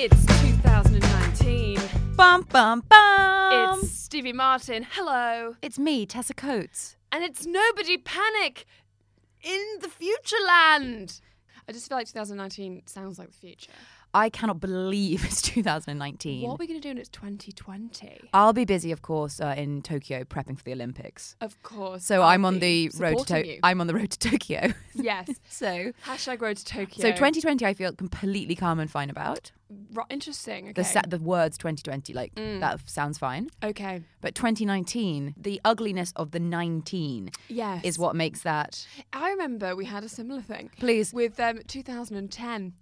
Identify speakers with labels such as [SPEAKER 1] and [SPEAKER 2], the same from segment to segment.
[SPEAKER 1] It's 2019.
[SPEAKER 2] Bum bum bum.
[SPEAKER 1] It's Stevie Martin. Hello.
[SPEAKER 2] it's me, Tessa Coates.
[SPEAKER 1] And it's Nobody Panic in the future land. I just feel like 2019 sounds like the future.
[SPEAKER 2] I cannot believe it's 2019.
[SPEAKER 1] What are we going to do when it's 2020?
[SPEAKER 2] I'll be busy, of course, uh, in Tokyo prepping for the Olympics.
[SPEAKER 1] Of course.
[SPEAKER 2] So
[SPEAKER 1] I'll
[SPEAKER 2] I'm on
[SPEAKER 1] be
[SPEAKER 2] the road to
[SPEAKER 1] supporting
[SPEAKER 2] to-
[SPEAKER 1] you.
[SPEAKER 2] I'm on the road to Tokyo.
[SPEAKER 1] yes.
[SPEAKER 2] so
[SPEAKER 1] Hashtag road to Tokyo.
[SPEAKER 2] so 2020, I feel completely calm and fine about
[SPEAKER 1] Ro- interesting. Okay. Mm.
[SPEAKER 2] the sa- the words 2020. Like that sounds fine,
[SPEAKER 1] okay.
[SPEAKER 2] but 2019, the ugliness of the 19
[SPEAKER 1] Yes.
[SPEAKER 2] is what makes that
[SPEAKER 1] I remember we had a similar thing.
[SPEAKER 2] Please.
[SPEAKER 1] With um, 2010.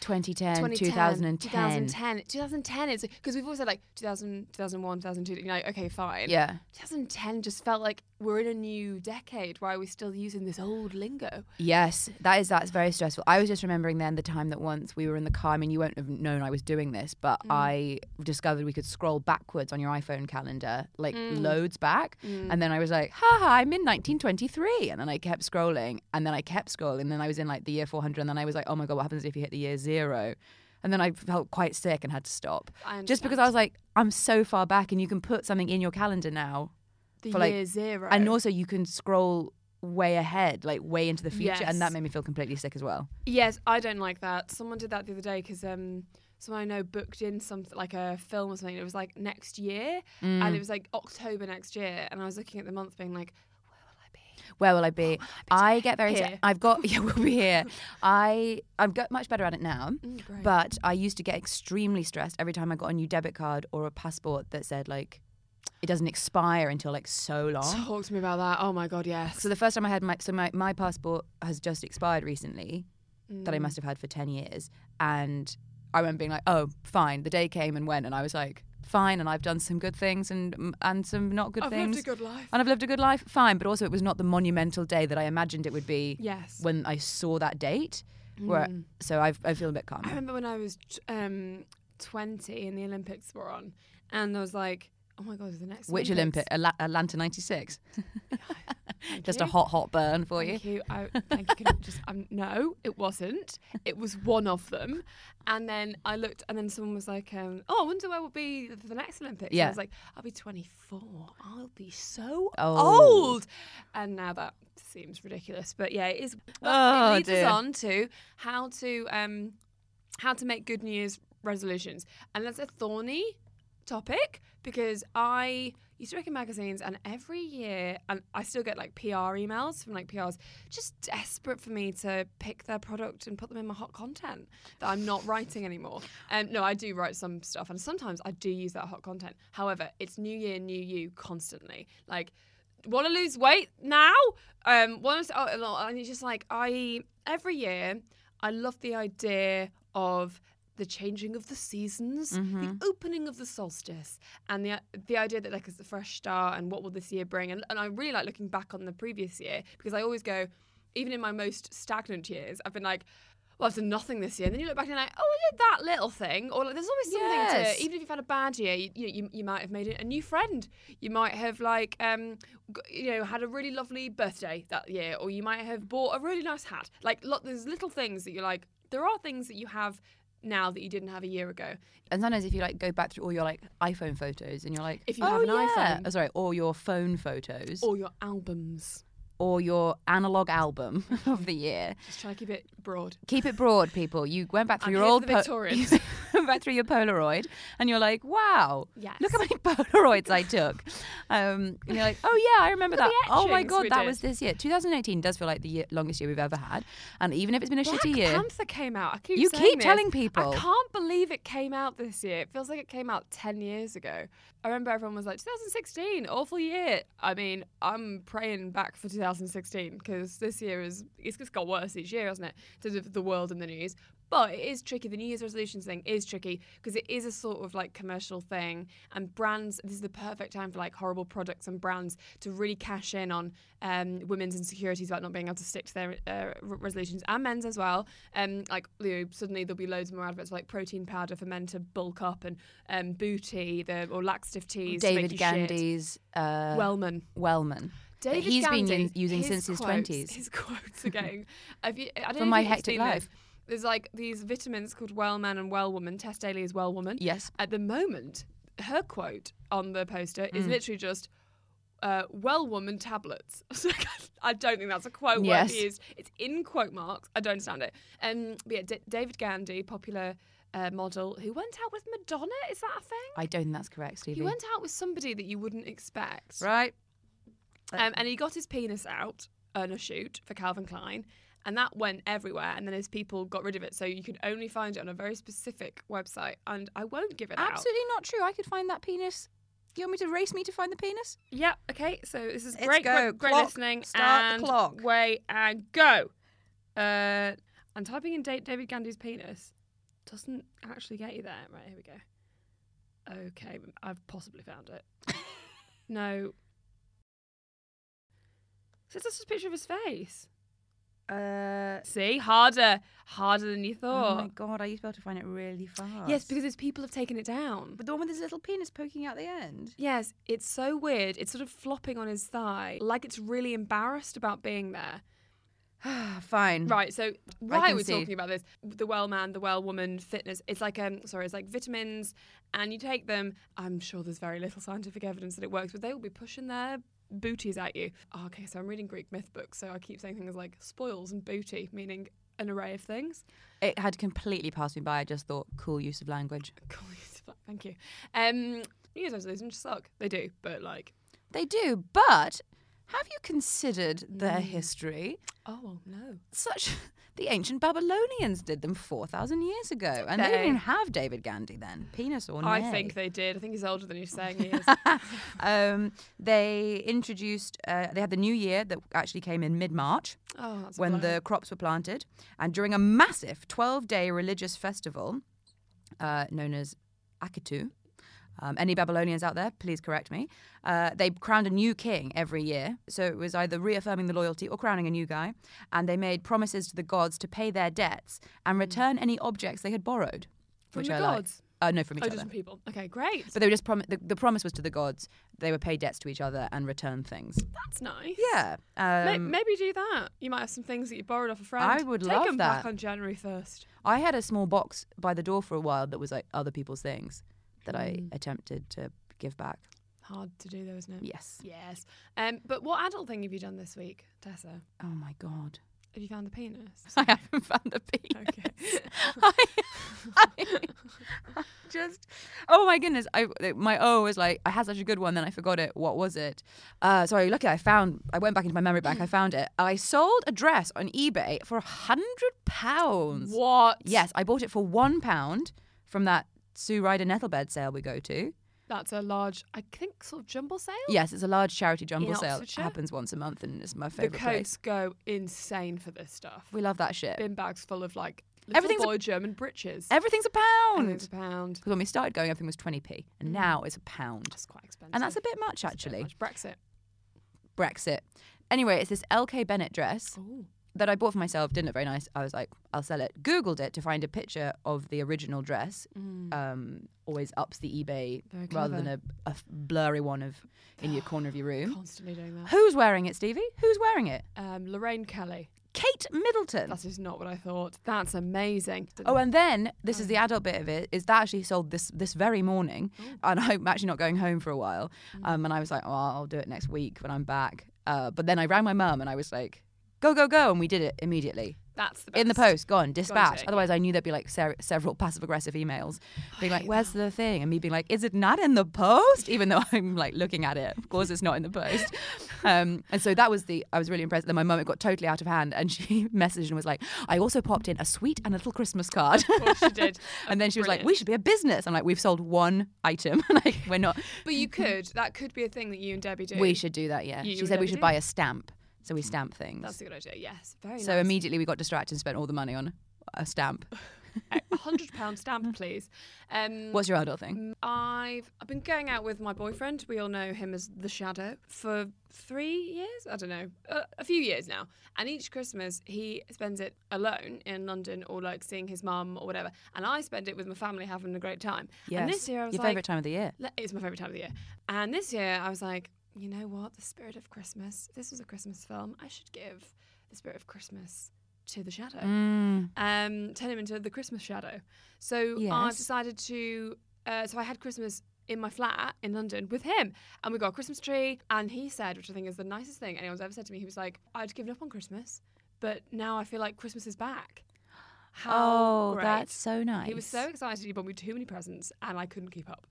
[SPEAKER 2] 2010,
[SPEAKER 1] 2010,
[SPEAKER 2] 2010.
[SPEAKER 1] 2010. 2010 is because we've always said like 2000, 2001, 2002. You know, okay, fine.
[SPEAKER 2] Yeah,
[SPEAKER 1] 2010 just felt like we're in a new decade. Why are we still using this old lingo?
[SPEAKER 2] Yes, that is that's very stressful. I was just remembering then the time that once we were in the car. I mean, you won't have known I was doing this, but
[SPEAKER 1] Mm.
[SPEAKER 2] I discovered we could scroll backwards on your iPhone calendar, like
[SPEAKER 1] Mm.
[SPEAKER 2] loads back. And then I was like, "Ha ha, I'm in 1923." And then I kept scrolling, and then I kept scrolling, and then I was in like the year 400, and then I was like, "Oh my god, what happens if you hit the year zero? And then I felt quite sick and had to stop,
[SPEAKER 1] I
[SPEAKER 2] just because
[SPEAKER 1] understand.
[SPEAKER 2] I was like, "I'm so far back, and you can put something in your calendar now."
[SPEAKER 1] The
[SPEAKER 2] For, like-
[SPEAKER 1] year zero.
[SPEAKER 2] and also you can scroll way ahead like way into the future
[SPEAKER 1] Yes.
[SPEAKER 2] and that made me feel completely sick as well
[SPEAKER 1] yes, I don't like that. Someone did that the other day because um, someone I know booked in something like a film or something. It was like next year,
[SPEAKER 2] Mm.
[SPEAKER 1] and it was like October next year, and I was looking at the month, being like,
[SPEAKER 2] where will i be i get very
[SPEAKER 1] Oh, Here.
[SPEAKER 2] sick i've got yeah we'll be here i i've got much better at it now
[SPEAKER 1] Mm, great.
[SPEAKER 2] but i used to get extremely stressed every time i got a new debit card or a passport that said like it doesn't expire until like so long
[SPEAKER 1] "Talk to me about that." Oh my god, yes.
[SPEAKER 2] So the first time I had my so my, my passport has just expired recently that I
[SPEAKER 1] Mm.
[SPEAKER 2] must have had for ten years, and I remember being like, oh, fine. The day came and went, and I was like, fine, and I've done some good things and mm, and some not good
[SPEAKER 1] I've
[SPEAKER 2] things,
[SPEAKER 1] lived a good life.
[SPEAKER 2] and I've lived a good life, fine. But also, it was not the monumental day that I imagined it would be
[SPEAKER 1] Yes. Mm.
[SPEAKER 2] when I saw that date. Where so I've, I feel a bit calm.
[SPEAKER 1] I remember when I was um, 20 and the Olympics were on, and I was like, "Oh my god, the next
[SPEAKER 2] Which
[SPEAKER 1] Olympics.
[SPEAKER 2] Olympic? Ala- Atlanta '96. Just a
[SPEAKER 1] you.
[SPEAKER 2] hot, hot burn for you.
[SPEAKER 1] Thank you. I, thank you. Can I just, um, no, it wasn't. It was one of them. And then I looked, and then someone was like, um, "Oh, I wonder where we'll be for the next Olympics." And
[SPEAKER 2] Yeah.
[SPEAKER 1] I was like, "I'll be 24. I'll be so
[SPEAKER 2] Old.
[SPEAKER 1] old." And now that seems ridiculous, but yeah, it is.
[SPEAKER 2] Oh,
[SPEAKER 1] Well, it leads
[SPEAKER 2] dear.
[SPEAKER 1] us on to how to um, how to make good New Year's resolutions, and that's a thorny topic because I used to work in magazines and every year and I still get like PR emails from like PRs just desperate for me to pick their product and put them in my hot content that I'm not writing anymore. Um, no, I do write some stuff and sometimes I do use that hot content. However, it's new year, new you constantly. Like want to lose weight now? Um, want to, oh, no, and it's just like I every year I love the idea of the changing of the seasons, the opening of the solstice, and the the idea that like it's a fresh start and what will this year bring? And, and I really like looking back on the previous year because I always go, even in my most stagnant years, I've been like. Well, I've done nothing this year. And then you look back and you're like, oh, I did that little thing. Or like, there's always something
[SPEAKER 2] Yes.
[SPEAKER 1] to, even if you've had a bad year, you, you, you, you might have made a new friend. You might have like, um, g- you know, had a really lovely birthday that year, or you might have bought a really nice hat. Like, lot, there's little things that you're like, there are things that you have now that you didn't have a year ago.
[SPEAKER 2] And sometimes if you like go back through all your like iPhone photos and you're like,
[SPEAKER 1] If you
[SPEAKER 2] oh,
[SPEAKER 1] have an
[SPEAKER 2] yeah.
[SPEAKER 1] iPhone.
[SPEAKER 2] oh, sorry, or your phone photos, or,
[SPEAKER 1] Or your albums.
[SPEAKER 2] your analog album of the year.
[SPEAKER 1] Just try to keep it broad.
[SPEAKER 2] Keep it broad, people. You went back
[SPEAKER 1] I'm
[SPEAKER 2] through your
[SPEAKER 1] here for
[SPEAKER 2] old
[SPEAKER 1] the Victorians.
[SPEAKER 2] you went back through your Polaroid, and you're like, wow, look
[SPEAKER 1] Yes.
[SPEAKER 2] how many Polaroids I took. Um, and you're like, oh yeah, I remember
[SPEAKER 1] Look
[SPEAKER 2] that.
[SPEAKER 1] at the
[SPEAKER 2] Oh my
[SPEAKER 1] etchings
[SPEAKER 2] god,
[SPEAKER 1] we
[SPEAKER 2] that
[SPEAKER 1] did.
[SPEAKER 2] was this year. 2018 does feel like the year, longest year we've ever had, and even if it's been a
[SPEAKER 1] Black
[SPEAKER 2] shitty year,
[SPEAKER 1] Panther came out. I keep
[SPEAKER 2] You
[SPEAKER 1] saying
[SPEAKER 2] keep
[SPEAKER 1] this.
[SPEAKER 2] telling people.
[SPEAKER 1] I can't believe it came out this year. It feels like it came out ten years ago. I remember everyone was like, 2016, awful year. I mean, I'm praying back for 2016 because this year is it's just got worse each year, hasn't it? In terms of the world and the news. But it is tricky. The New Year's resolutions thing is tricky because it is a sort of like commercial thing, and brands. This is the perfect time for like horrible products and brands to really cash in on um, women's insecurities about not being able to stick to their uh, r- resolutions, and men's as well. Um, like you know, suddenly there'll be loads more adverts for, like protein powder for men to bulk up, and um, booty, the or laxative teas. to make
[SPEAKER 2] David
[SPEAKER 1] you shit.
[SPEAKER 2] Gandhi's uh,
[SPEAKER 1] Wellman.
[SPEAKER 2] Wellman. that
[SPEAKER 1] David
[SPEAKER 2] he's
[SPEAKER 1] Gandhi,
[SPEAKER 2] been in- using
[SPEAKER 1] his
[SPEAKER 2] since his
[SPEAKER 1] quotes-
[SPEAKER 2] twenties.
[SPEAKER 1] His quotes again. Have you, I don't know if
[SPEAKER 2] From My
[SPEAKER 1] you've
[SPEAKER 2] Hectic
[SPEAKER 1] seen this.
[SPEAKER 2] Life.
[SPEAKER 1] There's like these vitamins called Wellman and Well Woman. Test Daily is Well Woman.
[SPEAKER 2] Yes.
[SPEAKER 1] At the moment, her quote on the poster
[SPEAKER 2] Mm.
[SPEAKER 1] is literally just uh, Well Woman tablets. I was like, I don't think that's a quote
[SPEAKER 2] Yes.
[SPEAKER 1] word used. It's in quote marks. I don't understand it. Um, but yeah, D- David Gandhi, popular uh, model who went out with Madonna. Is that a thing?
[SPEAKER 2] I don't think that's correct, Stevie.
[SPEAKER 1] He went out with somebody that you wouldn't expect.
[SPEAKER 2] right.
[SPEAKER 1] Um, and he got his penis out on a shoot for Calvin Klein, and that went everywhere. And then his people got rid of it, so you can only find it on a very specific website. And I won't give it out.
[SPEAKER 2] Absolutely not true. I could find that penis. You want me to race me to find the penis?
[SPEAKER 1] Yeah. Okay. So this is
[SPEAKER 2] Let's
[SPEAKER 1] great.
[SPEAKER 2] go.
[SPEAKER 1] Great, great
[SPEAKER 2] Clock.
[SPEAKER 1] listening.
[SPEAKER 2] Start the
[SPEAKER 1] and
[SPEAKER 2] clock.
[SPEAKER 1] Way and go. Uh, I'm typing in Da- David Gandy's penis. Doesn't actually get you there. Right. Here we go. Okay. I've possibly found it. no. So it's just a picture of his face.
[SPEAKER 2] Uh,
[SPEAKER 1] See, harder, harder than you
[SPEAKER 2] Oh
[SPEAKER 1] thought.
[SPEAKER 2] my god, I used to be able to find it really fast.
[SPEAKER 1] yes, because his people have taken it down.
[SPEAKER 2] But the one with his little penis poking out the end.
[SPEAKER 1] Yes, it's so weird. It's sort of flopping on his thigh, like it's really embarrassed about being there.
[SPEAKER 2] Fine.
[SPEAKER 1] Right. So why
[SPEAKER 2] Mm. can
[SPEAKER 1] are we
[SPEAKER 2] see.
[SPEAKER 1] talking about this? The well man, the well woman, fitness. It's like um, sorry, it's like vitamins, and you take them. I'm sure there's very little scientific evidence that it works, but they will be pushing their booties at you. Oh, okay, so I'm reading Greek myth books, so I keep saying things like spoils and booty, meaning an array of things.
[SPEAKER 2] It had completely passed me by. I just thought, cool use of language.
[SPEAKER 1] Cool, it's fine, Thank you. Um, New Year's resolutions suck. They do, but like,
[SPEAKER 2] They do, but have you considered their history?
[SPEAKER 1] oh no.
[SPEAKER 2] Such the ancient Babylonians did them four thousand years ago, and they, didn't
[SPEAKER 1] They-
[SPEAKER 2] even have David Gandhi then. Penis or
[SPEAKER 1] I
[SPEAKER 2] nay.
[SPEAKER 1] think they did. I think he's older than you're saying he is.
[SPEAKER 2] um, they introduced. Uh, they had the new year that actually came in mid March.
[SPEAKER 1] oh, that's a
[SPEAKER 2] when
[SPEAKER 1] blow.
[SPEAKER 2] the crops were planted. And during a massive 12 day religious festival uh, known as Akitu, um, any Babylonians out there, please correct me, uh, they crowned a new king every year. So it was either reaffirming the loyalty or crowning a new guy. And they made promises to the gods to pay their debts
[SPEAKER 1] Hmm.
[SPEAKER 2] and return any objects they had borrowed.
[SPEAKER 1] From
[SPEAKER 2] which
[SPEAKER 1] the
[SPEAKER 2] I like.
[SPEAKER 1] gods?
[SPEAKER 2] Uh, no, from each
[SPEAKER 1] oh,
[SPEAKER 2] other.
[SPEAKER 1] just people. Okay, great.
[SPEAKER 2] But they were just prom- the, the promise was to the gods they would pay debts to each other and return things.
[SPEAKER 1] that's nice.
[SPEAKER 2] Yeah.
[SPEAKER 1] May-
[SPEAKER 2] um,
[SPEAKER 1] Maybe do that. You might have some things that you borrowed off a friend.
[SPEAKER 2] I would
[SPEAKER 1] Take
[SPEAKER 2] love
[SPEAKER 1] them back
[SPEAKER 2] that.
[SPEAKER 1] on January first.
[SPEAKER 2] I had a small box by the door for a while that was like other people's things that I
[SPEAKER 1] Mm.
[SPEAKER 2] attempted to give back.
[SPEAKER 1] Hard to do though, isn't it?
[SPEAKER 2] Yes.
[SPEAKER 1] Yes. Um, but what adult thing have you done this week, Tessa?
[SPEAKER 2] Oh my god.
[SPEAKER 1] Have you found the penis?
[SPEAKER 2] I haven't found the penis.
[SPEAKER 1] Okay.
[SPEAKER 2] I, I just oh my goodness. I my O was like I had such a good one, then I forgot it. What was it? Uh, sorry. Lucky I found. I went back into my memory bank. I found it. I sold a dress on eBay for a hundred pounds.
[SPEAKER 1] what?
[SPEAKER 2] Yes, I bought it for one pound from that Sue Ryder Nettlebed sale we go to.
[SPEAKER 1] That's a large, I think, sort of jumble sale.
[SPEAKER 2] Yes, it's a large charity jumble
[SPEAKER 1] In
[SPEAKER 2] sale. It
[SPEAKER 1] Oxfordshire?
[SPEAKER 2] happens once a month and it's my
[SPEAKER 1] The
[SPEAKER 2] favourite
[SPEAKER 1] codes
[SPEAKER 2] place.
[SPEAKER 1] go insane for this stuff.
[SPEAKER 2] We love that shit.
[SPEAKER 1] bin bags full of like little
[SPEAKER 2] Everything's a-
[SPEAKER 1] boy German britches.
[SPEAKER 2] Everything's a pound.
[SPEAKER 1] Everything's
[SPEAKER 2] Because
[SPEAKER 1] a pound. Mm.
[SPEAKER 2] when we started going, everything was 20p and now it's a pound.
[SPEAKER 1] That's quite expensive.
[SPEAKER 2] And that's a bit much,
[SPEAKER 1] That's a
[SPEAKER 2] actually.
[SPEAKER 1] much. Brexit.
[SPEAKER 2] Brexit. Anyway, it's this LK Bennett dress
[SPEAKER 1] Oh,
[SPEAKER 2] that I bought for myself. Didn't look very nice. I was like, I'll sell it. Googled it to find a picture of the original dress. Um, always ups the eBay
[SPEAKER 1] Mm. Very
[SPEAKER 2] rather than a, a blurry one of in your corner of your room.
[SPEAKER 1] constantly doing that.
[SPEAKER 2] Who's wearing it, Stevie? Who's wearing it?
[SPEAKER 1] Um, Lorraine Kelly.
[SPEAKER 2] Kate Middleton.
[SPEAKER 1] That is not what I thought. That's amazing.
[SPEAKER 2] Oh, and then this is the adult bit of it is that actually sold this this very morning, and I'm actually not going home for a while. Um, and I was like, oh, I'll do it next week when I'm back. Uh, but then I rang my mum and I was like, go go go, and we did it immediately
[SPEAKER 1] that's the best.
[SPEAKER 2] in the post, gone, dispatched.
[SPEAKER 1] take it.
[SPEAKER 2] Otherwise, I knew there'd be like ser- several passive aggressive emails being like, "Where's the thing?" and me being like, "Is it not in the post?" Even though I'm like looking at it. Of course, it's not in the post. Um, and so that was the. I was really impressed. Then my mum it got totally out of hand, and she messaged and was like, "I also popped in a sweet and a little Christmas card."
[SPEAKER 1] Of course you did.
[SPEAKER 2] and then she was like, "We should be a business." I'm like, "We've sold one item. like, we're not.
[SPEAKER 1] But you could. That could be a thing that you and Debbie do.
[SPEAKER 2] We should do that. Yeah."
[SPEAKER 1] You- you
[SPEAKER 2] she said
[SPEAKER 1] never
[SPEAKER 2] we should
[SPEAKER 1] do.
[SPEAKER 2] buy a stamp. So we stamp things.
[SPEAKER 1] That's a good idea. Yes. Very
[SPEAKER 2] so
[SPEAKER 1] nice.
[SPEAKER 2] immediately we got distracted and spent all the money on a stamp.
[SPEAKER 1] A hundred pound stamp, please. Um,
[SPEAKER 2] What's your adult thing?
[SPEAKER 1] I've I've been going out with my boyfriend. We all know him as the Shadow for three years. I don't know, uh, a few years now. And each Christmas, he spends it alone in London or like seeing his mum or whatever. And I spend it with my family, having a great time. And this year, I was
[SPEAKER 2] your
[SPEAKER 1] like,
[SPEAKER 2] favorite time of the year.
[SPEAKER 1] Le- It's my favourite time of the year. And this year, I was like, you know what? The spirit of Christmas. If This was a Christmas film. I should give the spirit of Christmas to the shadow.
[SPEAKER 2] Mm.
[SPEAKER 1] Um, turn him into the Christmas shadow. So I've
[SPEAKER 2] Yes.
[SPEAKER 1] decided to. Uh, so I had Christmas in my flat in London with him, and we got a Christmas tree. And he said, which I think is the nicest thing anyone's ever said to me, he was like, "I'd given up on Christmas, but now I feel like Christmas is back." How
[SPEAKER 2] Oh,
[SPEAKER 1] great.
[SPEAKER 2] that's so
[SPEAKER 1] He was
[SPEAKER 2] nice.
[SPEAKER 1] so excited. He bought me too many presents, and I couldn't keep up.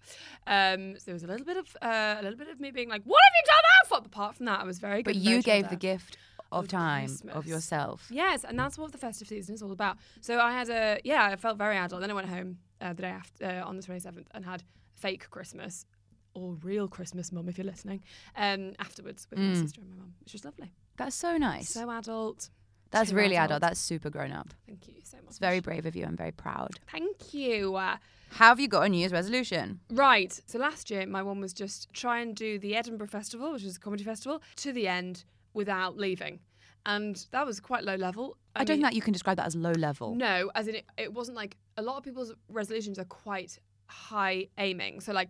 [SPEAKER 1] Um, so there was a little bit of uh, a little bit of me being like, "What have you done that for?" Apart from that, I was very.
[SPEAKER 2] But
[SPEAKER 1] good
[SPEAKER 2] you
[SPEAKER 1] version
[SPEAKER 2] gave the
[SPEAKER 1] that.
[SPEAKER 2] gift of
[SPEAKER 1] Of
[SPEAKER 2] time of
[SPEAKER 1] Christmas.
[SPEAKER 2] yourself.
[SPEAKER 1] Yes, and that's what the festive season is all about. So I had a yeah, I felt very adult. Then I went home uh, the day after uh, on the twenty seventh and had fake Christmas or real Christmas, mum, if you're listening. Um, afterwards with my sister and my mum, which was lovely.
[SPEAKER 2] That's so Mm. nice.
[SPEAKER 1] So adult.
[SPEAKER 2] that's
[SPEAKER 1] too
[SPEAKER 2] really adult. That's super grown up.
[SPEAKER 1] Thank you so much.
[SPEAKER 2] It's very brave of you. I'm very proud.
[SPEAKER 1] Thank you. Uh,
[SPEAKER 2] How have you got a New Year's resolution?
[SPEAKER 1] Right. So last year, my one was just try and do the Edinburgh Festival, which is a comedy festival, to the end without leaving. And that was quite low level.
[SPEAKER 2] I,
[SPEAKER 1] mean,
[SPEAKER 2] don't think that you can describe that as low level.
[SPEAKER 1] No, as in it, it wasn't like a lot of people's resolutions are quite high aiming. So, like,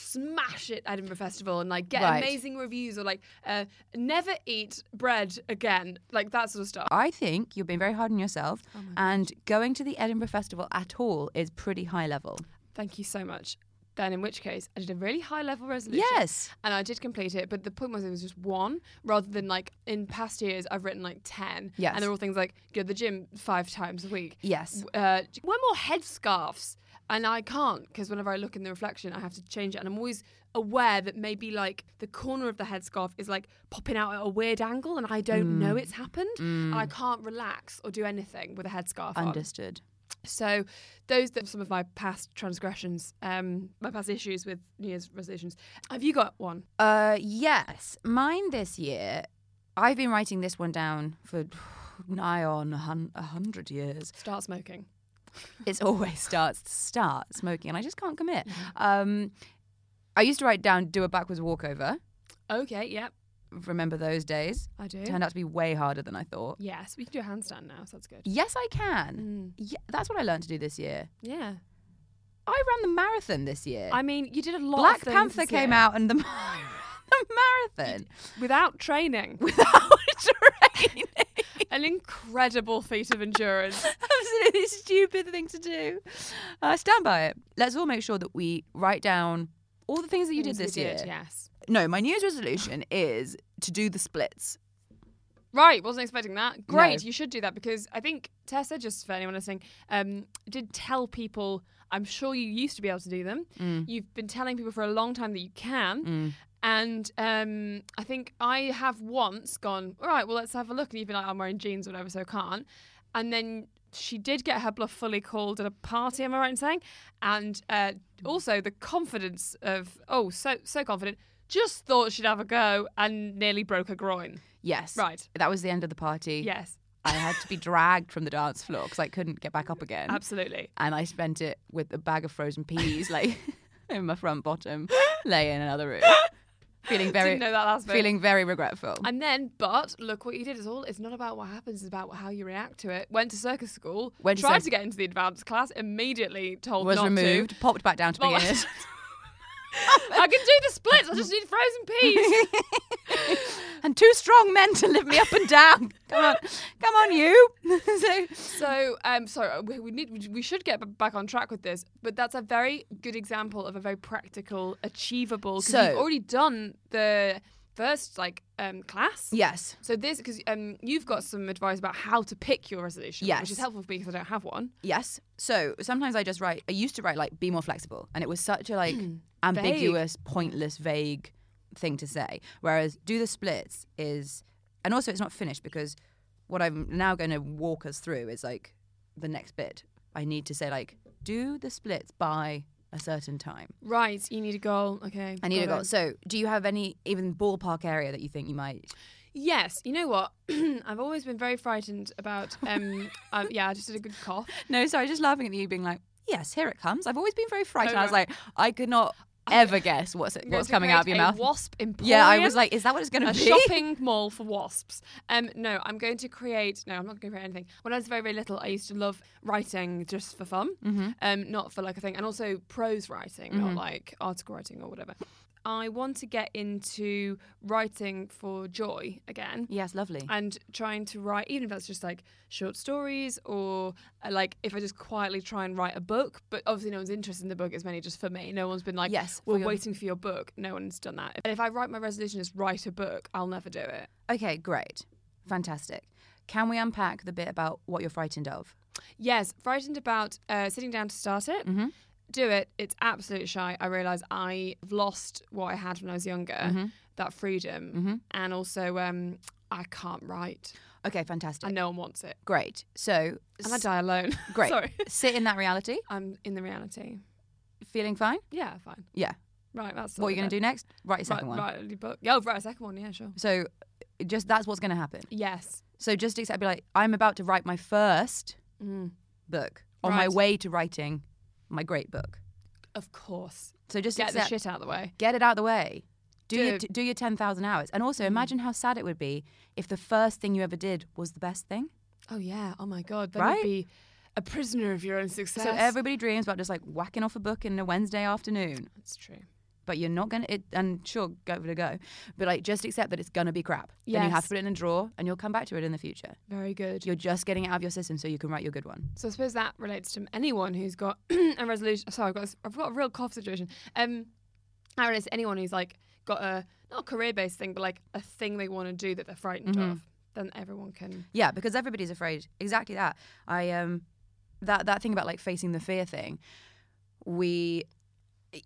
[SPEAKER 1] smash it Edinburgh Festival and like get
[SPEAKER 2] Right.
[SPEAKER 1] amazing reviews or like uh, never eat bread again, like that sort of stuff.
[SPEAKER 2] I think you've been very hard on yourself,
[SPEAKER 1] Oh
[SPEAKER 2] and going to the Edinburgh Festival at all is pretty high level.
[SPEAKER 1] Thank you so much. Then, in which case, I did a really high level resolution.
[SPEAKER 2] Yes.
[SPEAKER 1] And I did complete it, but the point was it was just one rather than like in past years, I've written like 10.
[SPEAKER 2] Yes.
[SPEAKER 1] And they're all things like go to the gym five times a week.
[SPEAKER 2] Yes.
[SPEAKER 1] Uh, wear more headscarves. And I can't because whenever I look in the reflection, I have to change it. And I'm always aware that maybe like the corner of the headscarf is like popping out at a weird angle and I don't
[SPEAKER 2] Mm.
[SPEAKER 1] know it's happened. And I can't relax or do anything with a headscarf on.
[SPEAKER 2] Understood.
[SPEAKER 1] So those are some of my past transgressions, um, my past issues with New Year's resolutions. Have you got one?
[SPEAKER 2] Uh, yes. Mine this year, I've been writing this one down for nigh on a hun- a hundred years.
[SPEAKER 1] Start smoking.
[SPEAKER 2] it's always starts start smoking and i just can't commit um i used to write down do a backwards walkover
[SPEAKER 1] Okay, yep,
[SPEAKER 2] remember those days
[SPEAKER 1] I do.
[SPEAKER 2] turned out to be way harder than i thought
[SPEAKER 1] Yes, we can do a handstand now, so that's good. Mm,
[SPEAKER 2] yes i can yeah, that's what i learned to do this year
[SPEAKER 1] Yeah.
[SPEAKER 2] i ran the marathon this year
[SPEAKER 1] I mean, you did a lot
[SPEAKER 2] black
[SPEAKER 1] of things
[SPEAKER 2] panther
[SPEAKER 1] this
[SPEAKER 2] came
[SPEAKER 1] year
[SPEAKER 2] out and the, mar- the marathon
[SPEAKER 1] without training.
[SPEAKER 2] without training
[SPEAKER 1] An incredible feat of endurance.
[SPEAKER 2] absolutely stupid thing to do uh, stand by it let's all make sure that we write down all the things that you did
[SPEAKER 1] Things we
[SPEAKER 2] this year
[SPEAKER 1] Yes.
[SPEAKER 2] no my new year's resolution is to do the splits
[SPEAKER 1] Right, wasn't expecting that. Great,
[SPEAKER 2] No.
[SPEAKER 1] you should do that because I think Tessa, just for anyone listening, um, did tell people, I'm sure you used to be able to do them. You've been telling people for a long time that you can. And um, I think I have once gone, all right, well, let's have a look. And you've been like, I'm wearing jeans or whatever, so I can't. And then she did get her bluff fully called at a party, am I right in saying? And uh, also the confidence of, oh, so, so confident. Just thought she'd have a go and nearly broke her groin.
[SPEAKER 2] Yes.
[SPEAKER 1] Right.
[SPEAKER 2] That was the end of the party.
[SPEAKER 1] Yes.
[SPEAKER 2] I had to be dragged from the dance floor because I couldn't get back up again.
[SPEAKER 1] Absolutely.
[SPEAKER 2] And I spent it with a bag of frozen peas, like in my front bottom, lay in another room, feeling very,
[SPEAKER 1] Didn't know that last bit.
[SPEAKER 2] feeling very regretful.
[SPEAKER 1] And then, but look what you did. It's all. It's not about what happens. It's about how you react to it. Went to circus school.
[SPEAKER 2] Went to
[SPEAKER 1] tried
[SPEAKER 2] circ-
[SPEAKER 1] to get into the advanced class. Immediately told
[SPEAKER 2] was
[SPEAKER 1] not
[SPEAKER 2] removed,
[SPEAKER 1] to.
[SPEAKER 2] popped back down to
[SPEAKER 1] Well,
[SPEAKER 2] beginners.
[SPEAKER 1] I can do the splits. I just need frozen peas.
[SPEAKER 2] and two strong men to lift me up and down. Come on, come on, you. so,
[SPEAKER 1] So, um, sorry, we, we need we should get b- back on track with this, but that's a very good example of a very practical, achievable. Because you've
[SPEAKER 2] So-
[SPEAKER 1] already done the first like um, class.
[SPEAKER 2] yes,
[SPEAKER 1] So this because um, you've got some advice about how to pick your resolution, which is
[SPEAKER 2] Yes.
[SPEAKER 1] helpful for me because I don't have one.
[SPEAKER 2] yes. So sometimes I just write. I used to write like, "Be more flexible," and it was such a like ambiguous, pointless, vague thing to say. Whereas "Do the splits" is, and also it's not finished because what I'm now going to walk us through is like the next bit. I need to say like, "Do the splits by a certain time."
[SPEAKER 1] Right, you need a goal. Okay,
[SPEAKER 2] I need a
[SPEAKER 1] got
[SPEAKER 2] goal.
[SPEAKER 1] it.
[SPEAKER 2] So, do you have any even ballpark area that you think you might?
[SPEAKER 1] Yes, you know what? I've always been very frightened about. Um, um, yeah, I just did a good cough.
[SPEAKER 2] No, sorry, just laughing at you being like, yes, here it comes. I've always been very frightened. I was
[SPEAKER 1] Oh, right.
[SPEAKER 2] like, I could not ever guess what's
[SPEAKER 1] I'm going
[SPEAKER 2] what's
[SPEAKER 1] to
[SPEAKER 2] coming out of
[SPEAKER 1] create
[SPEAKER 2] your
[SPEAKER 1] a
[SPEAKER 2] mouth.
[SPEAKER 1] Wasp emporium.
[SPEAKER 2] yeah, I was like, is that what it's going to
[SPEAKER 1] a
[SPEAKER 2] be?
[SPEAKER 1] shopping mall for wasps. Um, no, I'm going to create. No, I'm not going to create anything. When I was very very little, I used to love writing just for fun,
[SPEAKER 2] Mm-hmm.
[SPEAKER 1] um, not for like a thing, and also prose writing, not like article writing or whatever. I want to get into writing for joy again.
[SPEAKER 2] Yes, lovely.
[SPEAKER 1] And trying to write, even if that's just like short stories or uh, like if I just quietly try and write a book, but obviously no one's interested in the book, it's mainly just for me. No one's been like,
[SPEAKER 2] Yes, for
[SPEAKER 1] we're
[SPEAKER 2] your-
[SPEAKER 1] waiting for your book. No one's done that. And if I write my resolution is write a book, I'll never do it.
[SPEAKER 2] okay, great, fantastic. Can we unpack the bit about what you're frightened of?
[SPEAKER 1] Yes, frightened about uh, sitting down to start it.
[SPEAKER 2] Mm-hmm.
[SPEAKER 1] Do it. It's absolute shy. I realise I've lost what I had when I was younger,
[SPEAKER 2] Mm-hmm.
[SPEAKER 1] that freedom. And also, um, I can't write
[SPEAKER 2] Okay, fantastic.
[SPEAKER 1] and no one wants it.
[SPEAKER 2] Great. So,
[SPEAKER 1] And I
[SPEAKER 2] s-
[SPEAKER 1] die alone.
[SPEAKER 2] great.
[SPEAKER 1] Sorry.
[SPEAKER 2] Sit in that reality.
[SPEAKER 1] I'm in the reality.
[SPEAKER 2] Feeling fine?
[SPEAKER 1] Yeah, fine.
[SPEAKER 2] Yeah.
[SPEAKER 1] Right, that's
[SPEAKER 2] What are you going to do next? Write your second one.
[SPEAKER 1] Right, book. Yeah, oh, right, a second one. Yeah, sure.
[SPEAKER 2] So, just that's what's going to happen.
[SPEAKER 1] Yes.
[SPEAKER 2] So just accept, be like, I'm about to write my first book on my
[SPEAKER 1] Mm. Right.
[SPEAKER 2] way to writing my great book.
[SPEAKER 1] Of course.
[SPEAKER 2] So just
[SPEAKER 1] Get the
[SPEAKER 2] accept-
[SPEAKER 1] shit out of the way.
[SPEAKER 2] Get it out of the way. Do your,
[SPEAKER 1] Dude. Mm.
[SPEAKER 2] t- do your 10,000 hours. And also, imagine how sad it would be if the first thing you ever did was the best thing.
[SPEAKER 1] Oh yeah. Oh my god. Then
[SPEAKER 2] Right?
[SPEAKER 1] you'd be a prisoner of your own success.
[SPEAKER 2] So everybody dreams about just like whacking off a book in a Wednesday afternoon.
[SPEAKER 1] That's true.
[SPEAKER 2] But you're not going to, and sure, go for a go. But like, just accept that it's going to be crap. Then you have
[SPEAKER 1] Yes.
[SPEAKER 2] to put it in a drawer and you'll come back to it in the future.
[SPEAKER 1] Very good.
[SPEAKER 2] You're just getting it out of your system so you can write your good one.
[SPEAKER 1] So I suppose that relates to anyone who's got a resolution. Sorry, I've got, this- I've got a real cough situation. Um, I relates to anyone who's like got a not a career based thing, but like a thing they want to do that they're frightened
[SPEAKER 2] Mm-hmm.
[SPEAKER 1] of. Then everyone can.
[SPEAKER 2] Yeah, because everybody's afraid. Exactly that. I um that that thing about like facing the fear thing. We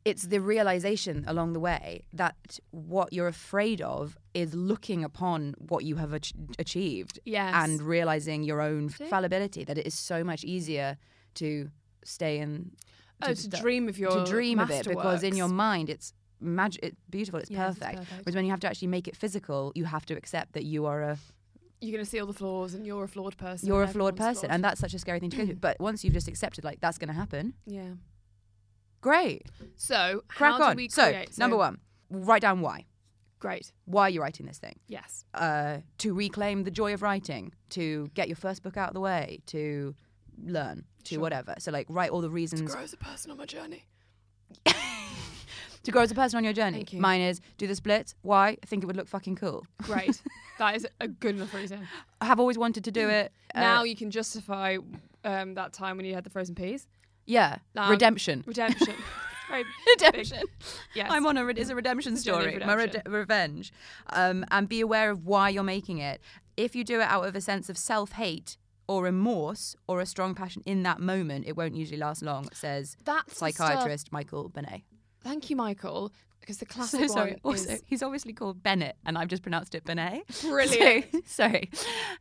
[SPEAKER 2] it's the realization along the way that what you're afraid of is looking upon what you have ach- achieved
[SPEAKER 1] Yes.
[SPEAKER 2] and realizing your own fallibility that it is so much easier to stay in
[SPEAKER 1] Oh, to
[SPEAKER 2] stu-
[SPEAKER 1] dream of your
[SPEAKER 2] to dream of it because in your
[SPEAKER 1] masterworks.
[SPEAKER 2] mind it's magic it's beautiful it's,
[SPEAKER 1] Yes, it's
[SPEAKER 2] perfect.
[SPEAKER 1] perfect.
[SPEAKER 2] whereas when you have to actually make it physical you have to accept that you are a
[SPEAKER 1] You're gonna see all the flaws, and you're a flawed person.
[SPEAKER 2] you're a
[SPEAKER 1] and
[SPEAKER 2] flawed
[SPEAKER 1] everyone's
[SPEAKER 2] person and that's such a scary thing to go through but once you've just accepted like that's going to happen
[SPEAKER 1] yeah.
[SPEAKER 2] great
[SPEAKER 1] So
[SPEAKER 2] crack
[SPEAKER 1] how do
[SPEAKER 2] on
[SPEAKER 1] we
[SPEAKER 2] so
[SPEAKER 1] create-
[SPEAKER 2] number one write down why
[SPEAKER 1] Great.
[SPEAKER 2] why are you writing this thing
[SPEAKER 1] Yes.
[SPEAKER 2] uh, to reclaim the joy of writing to get your first book out of the way to learn to whatever so like write all the reasons
[SPEAKER 1] Grow as a person on my journey.
[SPEAKER 2] to grow as a person on your journey
[SPEAKER 1] Thank you.
[SPEAKER 2] mine is do the splits why i think it would look fucking cool
[SPEAKER 1] Great. that is a good enough reason.
[SPEAKER 2] i have always wanted to do it uh,
[SPEAKER 1] Mm. now you can justify um, that time when you had the frozen peas.
[SPEAKER 2] yeah
[SPEAKER 1] Um,
[SPEAKER 2] redemption
[SPEAKER 1] Redemption. Very
[SPEAKER 2] Redemption.
[SPEAKER 1] big. Yes.
[SPEAKER 2] I'm on a re- is a redemption
[SPEAKER 1] journey of
[SPEAKER 2] story, my rede-
[SPEAKER 1] redemption.
[SPEAKER 2] revenge, um, and be aware of why you're making it. If you do it out of a sense of self hate or remorse or a strong passion in that moment, it won't usually last long. Says
[SPEAKER 1] That's the stuff-
[SPEAKER 2] psychiatrist Michael Benet.
[SPEAKER 1] Thank you, Michael, because the classic
[SPEAKER 2] So sorry.
[SPEAKER 1] one
[SPEAKER 2] Also,
[SPEAKER 1] is
[SPEAKER 2] he's obviously called Bennett, and I've just pronounced it Benet.
[SPEAKER 1] Brilliant.
[SPEAKER 2] So, sorry.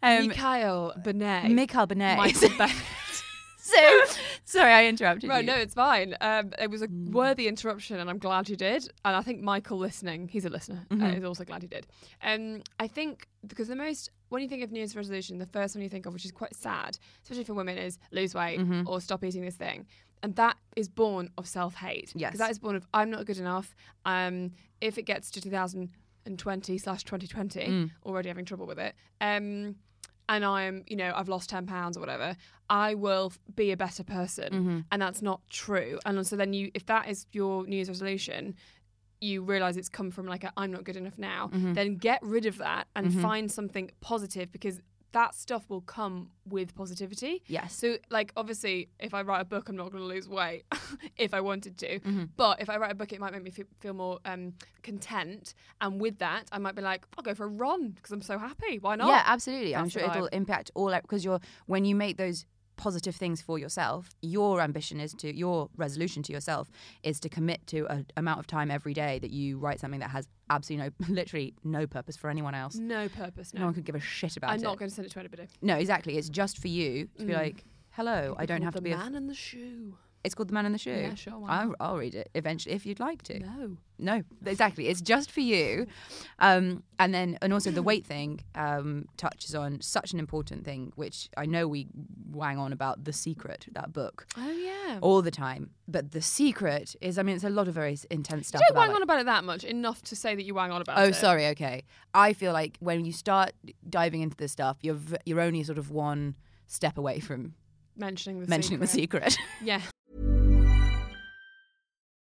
[SPEAKER 2] Um,
[SPEAKER 1] Mikhail Benet.
[SPEAKER 2] Mikhail Benet.
[SPEAKER 1] Michael Benet.
[SPEAKER 2] so sorry, I interrupted
[SPEAKER 1] Right,
[SPEAKER 2] you.
[SPEAKER 1] no, it's fine. Um, it was a worthy interruption, and I'm glad you did. And I think Michael listening, he's a listener, uh, is also glad he did. Um, I think because the most, when you think of New Year's resolution, the first one you think of, which is quite sad, especially for women, is lose weight or stop eating this thing. And that is born of self hate.
[SPEAKER 2] Yes.
[SPEAKER 1] Because that is born of I'm not good enough. Um, if it gets to 2020 slash 2020, already having trouble with it. Um, and I'm, you know, I've lost 10 pounds or whatever, I will f- be a better person. And that's not true. And so then you, if that is your New Year's resolution, you realize it's
[SPEAKER 2] Mm-hmm.
[SPEAKER 1] come from like a, I'm not good enough now, then get rid of that and find something positive because that stuff will come with positivity.
[SPEAKER 2] Yes.
[SPEAKER 1] So, like, obviously, if I write a book, I'm not going to lose weight if I wanted to.
[SPEAKER 2] Mm-hmm.
[SPEAKER 1] But if I write a book, it might make me fe- feel more um, content. And with that, I might be like, I'll go for a run because I'm so happy. Why not?
[SPEAKER 2] Yeah, absolutely. I'm
[SPEAKER 1] That's
[SPEAKER 2] sure
[SPEAKER 1] the
[SPEAKER 2] it'll
[SPEAKER 1] vibe.
[SPEAKER 2] impact all because you're when you make those positive things for yourself, your ambition is to your resolution to yourself is to commit to an amount of time every day that you write something that has absolutely no, literally no purpose for anyone else. No,
[SPEAKER 1] No purpose. No.
[SPEAKER 2] one could give a shit about
[SPEAKER 1] I'm
[SPEAKER 2] it.
[SPEAKER 1] not Mm. going to send it to anybody.
[SPEAKER 2] no, exactly. It's just for you to be like, hello, I don't have to be.
[SPEAKER 1] the
[SPEAKER 2] a f-
[SPEAKER 1] man and the shoe.
[SPEAKER 2] it's called the man in the shoe.
[SPEAKER 1] Yeah, sure, why
[SPEAKER 2] I'll, I'll read it eventually if you'd like to.
[SPEAKER 1] No.
[SPEAKER 2] No, exactly. It's just for you. Um, and then, and also the weight thing um, touches on such an important thing, which I know we wang on about The Secret, that book,
[SPEAKER 1] Oh yeah.
[SPEAKER 2] all the time. But The Secret is, I mean, it's a lot of very s- intense stuff.
[SPEAKER 1] don't
[SPEAKER 2] about,
[SPEAKER 1] wang
[SPEAKER 2] like-
[SPEAKER 1] on about it that much. Enough to say that you wang on about
[SPEAKER 2] Oh,
[SPEAKER 1] it.
[SPEAKER 2] sorry. Okay, I feel like when you start diving into this stuff, you're v- you're only sort of one step away from
[SPEAKER 1] Mentioning the
[SPEAKER 2] mentioning
[SPEAKER 1] secret.
[SPEAKER 2] The Secret.
[SPEAKER 1] Yeah.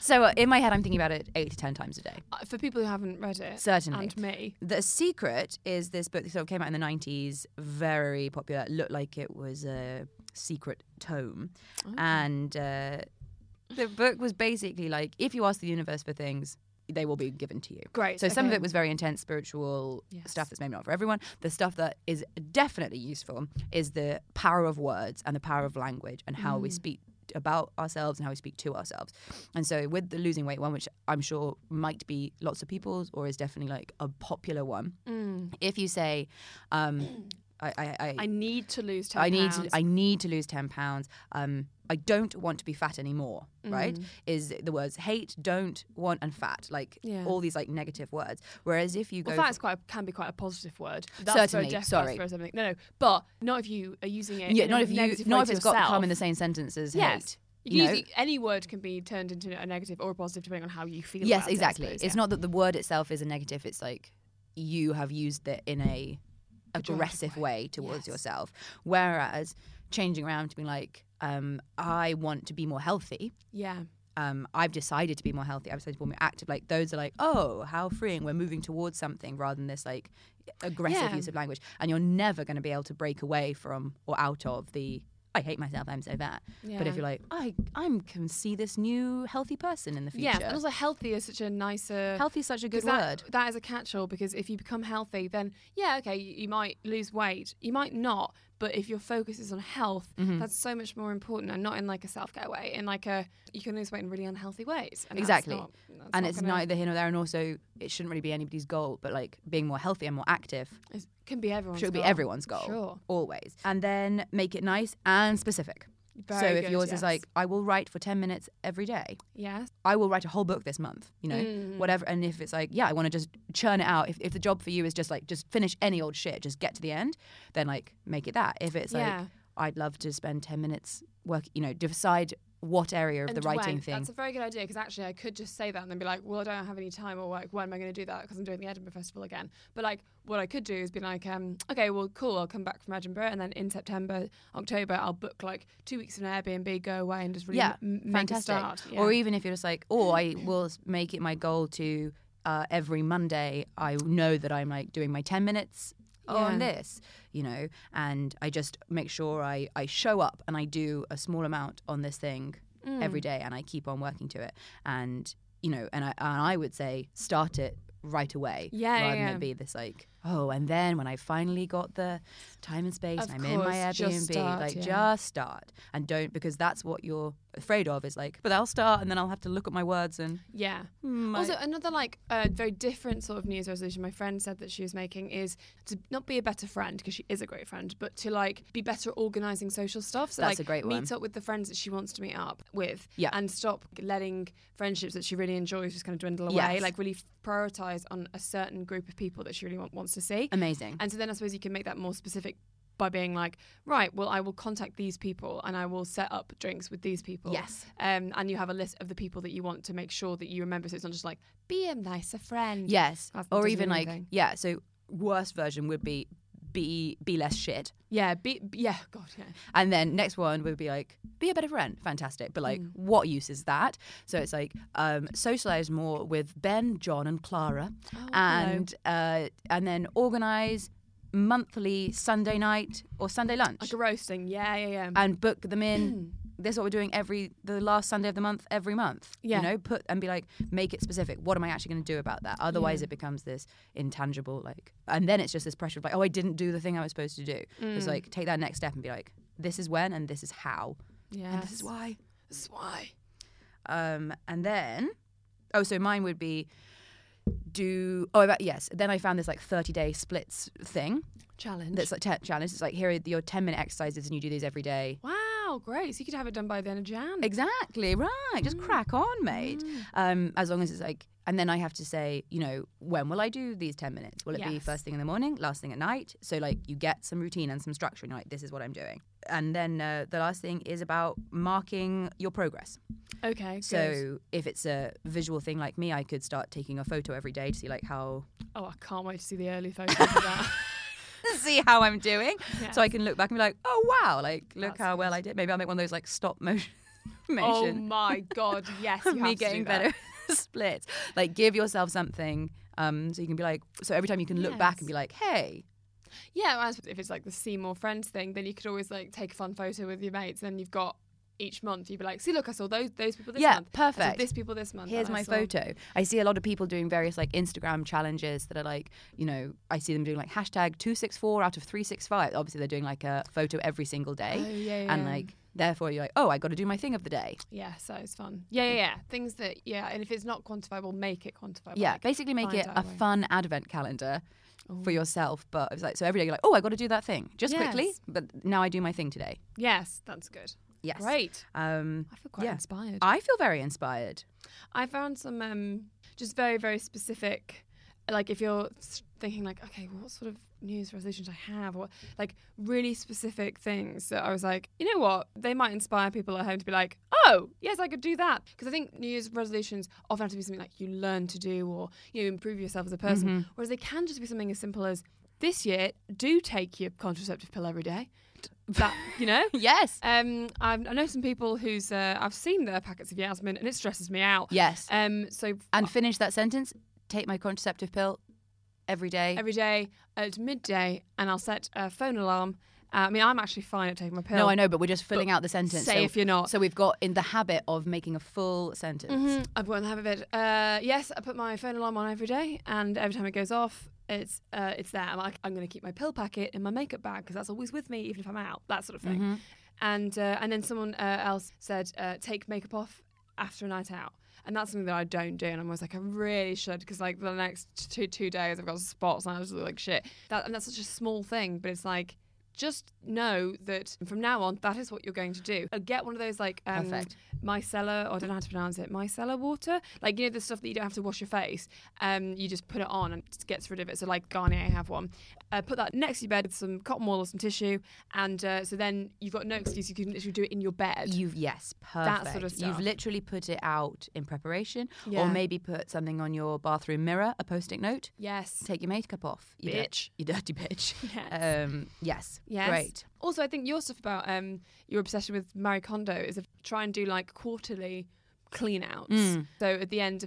[SPEAKER 2] so uh, in my head, I'm thinking about it eight to ten times a day.
[SPEAKER 1] Uh, For people who haven't read it.
[SPEAKER 2] Certainly.
[SPEAKER 1] And me.
[SPEAKER 2] The Secret is this book that sort of came out in the 90s, very popular. It looked like it was a secret tome. And uh, the book was basically like if you ask the universe for things, they will be given to you.
[SPEAKER 1] Great,
[SPEAKER 2] So some of
[SPEAKER 1] okay.
[SPEAKER 2] it was very intense spiritual
[SPEAKER 1] Yes.
[SPEAKER 2] stuff that's maybe not for everyone. The stuff that is definitely useful is the power of words and the power of language and how we speak about ourselves and how we speak to ourselves. And so with the losing weight one, which I'm sure might be lots of people's or is definitely like a popular one, if you say, um, I, I, I,
[SPEAKER 1] I need to lose 10
[SPEAKER 2] I need to
[SPEAKER 1] pounds.
[SPEAKER 2] I need to lose ten pounds. Um, I don't want to be fat anymore.
[SPEAKER 1] Mm.
[SPEAKER 2] Right? Is the words hate, don't want, and fat like
[SPEAKER 1] Yeah.
[SPEAKER 2] all these like negative words. Whereas if you
[SPEAKER 1] Well,
[SPEAKER 2] go,
[SPEAKER 1] fat is quite a, can be quite a positive word. very
[SPEAKER 2] Certainly,
[SPEAKER 1] definite
[SPEAKER 2] sorry.
[SPEAKER 1] for something. No, no, but not if you are using it.
[SPEAKER 2] yeah,
[SPEAKER 1] in
[SPEAKER 2] not
[SPEAKER 1] a
[SPEAKER 2] if you
[SPEAKER 1] negative way
[SPEAKER 2] not if
[SPEAKER 1] to
[SPEAKER 2] it's got to come in the
[SPEAKER 1] yourself.
[SPEAKER 2] same sentence as hate.
[SPEAKER 1] Yes. You
[SPEAKER 2] You
[SPEAKER 1] can
[SPEAKER 2] know?
[SPEAKER 1] use the- any word can be turned into a negative or a positive depending on how you feel.
[SPEAKER 2] Yes,
[SPEAKER 1] about it, I
[SPEAKER 2] exactly.
[SPEAKER 1] suppose,
[SPEAKER 2] It's
[SPEAKER 1] yeah.
[SPEAKER 2] not that the word itself is a negative. It's like you have used it in a aggressive way, towards yourself. Whereas changing around to being like, um, I want to be more healthy.
[SPEAKER 1] Yeah.
[SPEAKER 2] um, I've decided to be more healthy. I've decided to be more active. Like those are like, oh, how freeing. We're moving towards something rather than this like aggressive
[SPEAKER 1] Yeah.
[SPEAKER 2] use of language. And you're never going to be able to break away from or out of the. I hate myself. I'm so bad. But
[SPEAKER 1] Yeah.
[SPEAKER 2] if you're like, I I'm can see this new healthy person in the future.
[SPEAKER 1] Yeah, and also healthy is such a nicer.
[SPEAKER 2] healthy is such a good
[SPEAKER 1] 'cause that-
[SPEAKER 2] word.
[SPEAKER 1] That is a catch-all because if you become healthy, then yeah, okay, you, you might lose weight, you might not, but if your focus is on health,
[SPEAKER 2] Mm-hmm.
[SPEAKER 1] that's so much more important, and not in like a self-care way, in like a you can lose weight in really unhealthy ways. And that's
[SPEAKER 2] exactly.
[SPEAKER 1] not- that's
[SPEAKER 2] and
[SPEAKER 1] not
[SPEAKER 2] it's
[SPEAKER 1] gonna-
[SPEAKER 2] neither here nor there. And also, it shouldn't really be anybody's goal. But like being more healthy and more active
[SPEAKER 1] It can be everyone's.
[SPEAKER 2] should be
[SPEAKER 1] goal.
[SPEAKER 2] everyone's goal.
[SPEAKER 1] Sure.
[SPEAKER 2] Always. And then make it nice and specific.
[SPEAKER 1] Very
[SPEAKER 2] so if
[SPEAKER 1] good,
[SPEAKER 2] yours
[SPEAKER 1] yes.
[SPEAKER 2] is like, I will write for 10 minutes every day,
[SPEAKER 1] yes,
[SPEAKER 2] I will write a whole book this month, you know,
[SPEAKER 1] Mm.
[SPEAKER 2] whatever. And if it's like, yeah, I want to just churn it out. If, if the job for you is just like, just finish any old shit, just get to the end, then like make it that. If it's
[SPEAKER 1] Yeah.
[SPEAKER 2] like, I'd love to spend 10 minutes work, you know, decide what area of
[SPEAKER 1] And
[SPEAKER 2] the writing
[SPEAKER 1] when.
[SPEAKER 2] thing.
[SPEAKER 1] That's a very good idea because actually I could just say that and then be like, well, I don't have any time or work. When am I going to do that? Because I'm doing the Edinburgh Festival again. But like, what I could do is be like, um, okay, well, cool. I'll come back from Edinburgh and then in September, October, I'll book like two weeks in an Airbnb, go away, and just really
[SPEAKER 2] yeah,
[SPEAKER 1] m- m- make a
[SPEAKER 2] fantastic.
[SPEAKER 1] start.
[SPEAKER 2] Or
[SPEAKER 1] Yeah.
[SPEAKER 2] even if you're just like, oh, I will s- make it my goal to uh, every Monday. I know that I'm like doing my ten minutes on
[SPEAKER 1] Yeah.
[SPEAKER 2] this, you know, and I just make sure I I show up and I do a small amount on this thing
[SPEAKER 1] Mm.
[SPEAKER 2] every day, and I keep on working to it, and you know, and I and I would say start it right away
[SPEAKER 1] Yeah, yeah,
[SPEAKER 2] rather than
[SPEAKER 1] yeah.
[SPEAKER 2] it be this like oh and then when i finally got the time and space
[SPEAKER 1] Of
[SPEAKER 2] and i'm in my
[SPEAKER 1] course,
[SPEAKER 2] airbnb
[SPEAKER 1] just start,
[SPEAKER 2] like
[SPEAKER 1] yeah.
[SPEAKER 2] just just start and don't because that's what you're afraid of is like but i'll start and then i'll have to look at my words and
[SPEAKER 1] Yeah.
[SPEAKER 2] my-
[SPEAKER 1] Also, another like uh, very different sort of New Year's resolution my friend said that she was making is to not be a better friend because she is a great friend, but to like be better at organising social stuff. So
[SPEAKER 2] That's
[SPEAKER 1] like
[SPEAKER 2] a great
[SPEAKER 1] meet
[SPEAKER 2] one.
[SPEAKER 1] up with the friends that she wants to meet up with,
[SPEAKER 2] Yeah.
[SPEAKER 1] and stop letting friendships that she really enjoys just kind of dwindle away.
[SPEAKER 2] Yes.
[SPEAKER 1] Like really prioritise on a certain group of people that she really want, wants to see.
[SPEAKER 2] amazing
[SPEAKER 1] And so then I suppose you can make that more specific by being like, right, well, I will contact these people and I will set up drinks with these people.
[SPEAKER 2] Yes.
[SPEAKER 1] Um, and you have a list of the people that you want to make sure that you remember. So it's not just like, be a nicer friend.
[SPEAKER 2] yes
[SPEAKER 1] That's- that
[SPEAKER 2] or
[SPEAKER 1] doesn't
[SPEAKER 2] even
[SPEAKER 1] mean
[SPEAKER 2] like
[SPEAKER 1] anything.
[SPEAKER 2] yeah so worst version would be be be less shit
[SPEAKER 1] Yeah. Be, be- yeah. God, yeah.
[SPEAKER 2] and then next one would be like be a better friend fantastic but
[SPEAKER 1] Mm.
[SPEAKER 2] like what use is that so it's like um socialize more with ben john and clara
[SPEAKER 1] Oh,
[SPEAKER 2] and uh and then organize monthly sunday night or sunday lunch
[SPEAKER 1] Like a roasting. Yeah, yeah, yeah.
[SPEAKER 2] and book them in. this is what we're doing every the last Sunday of the month every month.
[SPEAKER 1] Yeah.
[SPEAKER 2] You know, put and be like, make it specific. What am I actually going to do about that? Otherwise, it becomes this intangible like, and then it's just this pressure of like, oh, I didn't do the thing I was supposed to do. It's like take that next step and be like, this is when and this is how
[SPEAKER 1] yeah.
[SPEAKER 2] and this is why.
[SPEAKER 1] This is why.
[SPEAKER 2] Um, and then, oh, so mine would be do oh about yes. Then I found this like thirty day splits thing
[SPEAKER 1] Challenge.
[SPEAKER 2] that's like te- challenge. It's like here are your ten minute exercises and you do these every day.
[SPEAKER 1] wow, great. So you could have it done by the end of Jan.
[SPEAKER 2] Exactly right.
[SPEAKER 1] Mm.
[SPEAKER 2] Just crack on, mate. Um, as long as it's like, and then I have to say, you know, when will I do these ten minutes? Will it be
[SPEAKER 1] Yes.
[SPEAKER 2] first thing in the morning, last thing at night? So like, you get some routine and some structure. And you're like, this is what I'm doing. And then uh, the last thing is about marking your progress.
[SPEAKER 1] Okay. Good.
[SPEAKER 2] So if it's a visual thing like me, I could start taking a photo every day to see like how
[SPEAKER 1] oh, I can't wait to see the early photos of that.
[SPEAKER 2] see how I'm doing. So I
[SPEAKER 1] Yes.
[SPEAKER 2] can look back and be like, oh wow, like look
[SPEAKER 1] That's
[SPEAKER 2] how well I did. Maybe I'll make one of those like stop motion.
[SPEAKER 1] Oh
[SPEAKER 2] motion.
[SPEAKER 1] my God. Yes. You
[SPEAKER 2] of
[SPEAKER 1] have
[SPEAKER 2] me
[SPEAKER 1] to do
[SPEAKER 2] getting
[SPEAKER 1] that.
[SPEAKER 2] better splits. Like give yourself something um, so you can be like, so every time you can look back and be like, hey,
[SPEAKER 1] Yeah, as if it's like the see more friends thing, then you could always like take a fun photo with your mates. And then you've got each month, you'd be like, see, look, I saw those those people this
[SPEAKER 2] Yeah,
[SPEAKER 1] month. I saw
[SPEAKER 2] perfect.
[SPEAKER 1] this people this month.
[SPEAKER 2] here's
[SPEAKER 1] and I
[SPEAKER 2] my
[SPEAKER 1] saw-"
[SPEAKER 2] photo. I see a lot of people doing various like Instagram challenges that are like, you know, I see them doing like hashtag 264 out of 365. Obviously, they're doing like a photo every single day.
[SPEAKER 1] Oh, yeah,
[SPEAKER 2] And
[SPEAKER 1] yeah.
[SPEAKER 2] like, therefore, you're like, oh, I got to do my thing of the day.
[SPEAKER 1] Yeah, so it's fun. Yeah, yeah, yeah. Things that, yeah, and if it's not quantifiable, make it quantifiable.
[SPEAKER 2] Yeah,
[SPEAKER 1] Like,
[SPEAKER 2] basically make
[SPEAKER 1] find
[SPEAKER 2] it
[SPEAKER 1] out
[SPEAKER 2] a
[SPEAKER 1] way.
[SPEAKER 2] fun advent calendar for yourself. But it's like, so every day you're like, oh, I got to do that thing just quickly.
[SPEAKER 1] Yes.
[SPEAKER 2] But now I do my thing today.
[SPEAKER 1] Yes, that's good.
[SPEAKER 2] Yes.
[SPEAKER 1] Great.
[SPEAKER 2] Um,
[SPEAKER 1] I feel quite
[SPEAKER 2] yeah.
[SPEAKER 1] inspired.
[SPEAKER 2] I feel very inspired.
[SPEAKER 1] I found some um, just very, very specific. Like if you're s- thinking like, okay, what sort of news resolutions I have, or like really specific things that I was like, you know what, they might inspire people at home to be like, oh, yes, I could do that. Because I think New Year's resolutions often have to be something like you learn to do or you know, improve yourself as a person, whereas they can just be something as simple as this year, do take your contraceptive pill every day. That you know,
[SPEAKER 2] Yes.
[SPEAKER 1] Um, i I know some people whose uh, I've seen their packets of Yasmin, and it stresses me out.
[SPEAKER 2] Yes.
[SPEAKER 1] Um. So
[SPEAKER 2] and finish that sentence. Take my contraceptive pill every day.
[SPEAKER 1] every day at midday, and I'll set a phone alarm. Uh, I mean, I'm actually fine at taking my pill.
[SPEAKER 2] no, I know, but we're just filling out the sentence.
[SPEAKER 1] say
[SPEAKER 2] so,
[SPEAKER 1] if you're not.
[SPEAKER 2] So we've got in the habit of making a full sentence.
[SPEAKER 1] Mhm. I've got in the habit of it. Uh, yes, I put my phone alarm on every day, and every time it goes off, it's uh, it's there. I'm like, I'm going to keep my pill packet in my makeup bag because that's always with me, even if I'm out. That sort of thing. And uh, and then someone uh, else said, uh, take makeup off after a night out. And that's something that I don't do, and I'm always like, I really should, because like the next two two days I've got spots, and I just look like shit. That, and that's such a small thing, but it's like just know that from now on, that is what you're going to do. Uh, Get one of those like um,
[SPEAKER 2] Perfect.
[SPEAKER 1] micellar, or I don't know how to pronounce it, micellar water. Like you know the stuff that you don't have to wash your face. Um, you just put it on and it gets rid of it. So like Garnier have one. Uh, put that next to your bed with some cotton wool or some tissue, and uh, so then you've got no excuse. You can literally do it in your bed.
[SPEAKER 2] You've yes, perfect.
[SPEAKER 1] That sort of
[SPEAKER 2] You've
[SPEAKER 1] stuff.
[SPEAKER 2] literally put it out in preparation, or
[SPEAKER 1] Yeah.
[SPEAKER 2] maybe put something on your bathroom mirror, a post-it note.
[SPEAKER 1] yes.
[SPEAKER 2] Take your makeup off, you dirt-
[SPEAKER 1] Bitch.
[SPEAKER 2] you dirty bitch.
[SPEAKER 1] Yes.
[SPEAKER 2] Um, yes.
[SPEAKER 1] Yes.
[SPEAKER 2] Great.
[SPEAKER 1] Also, I think your stuff about um, your obsession with Marie Kondo is to try and do like quarterly clean outs.
[SPEAKER 2] Mm.
[SPEAKER 1] So at the end,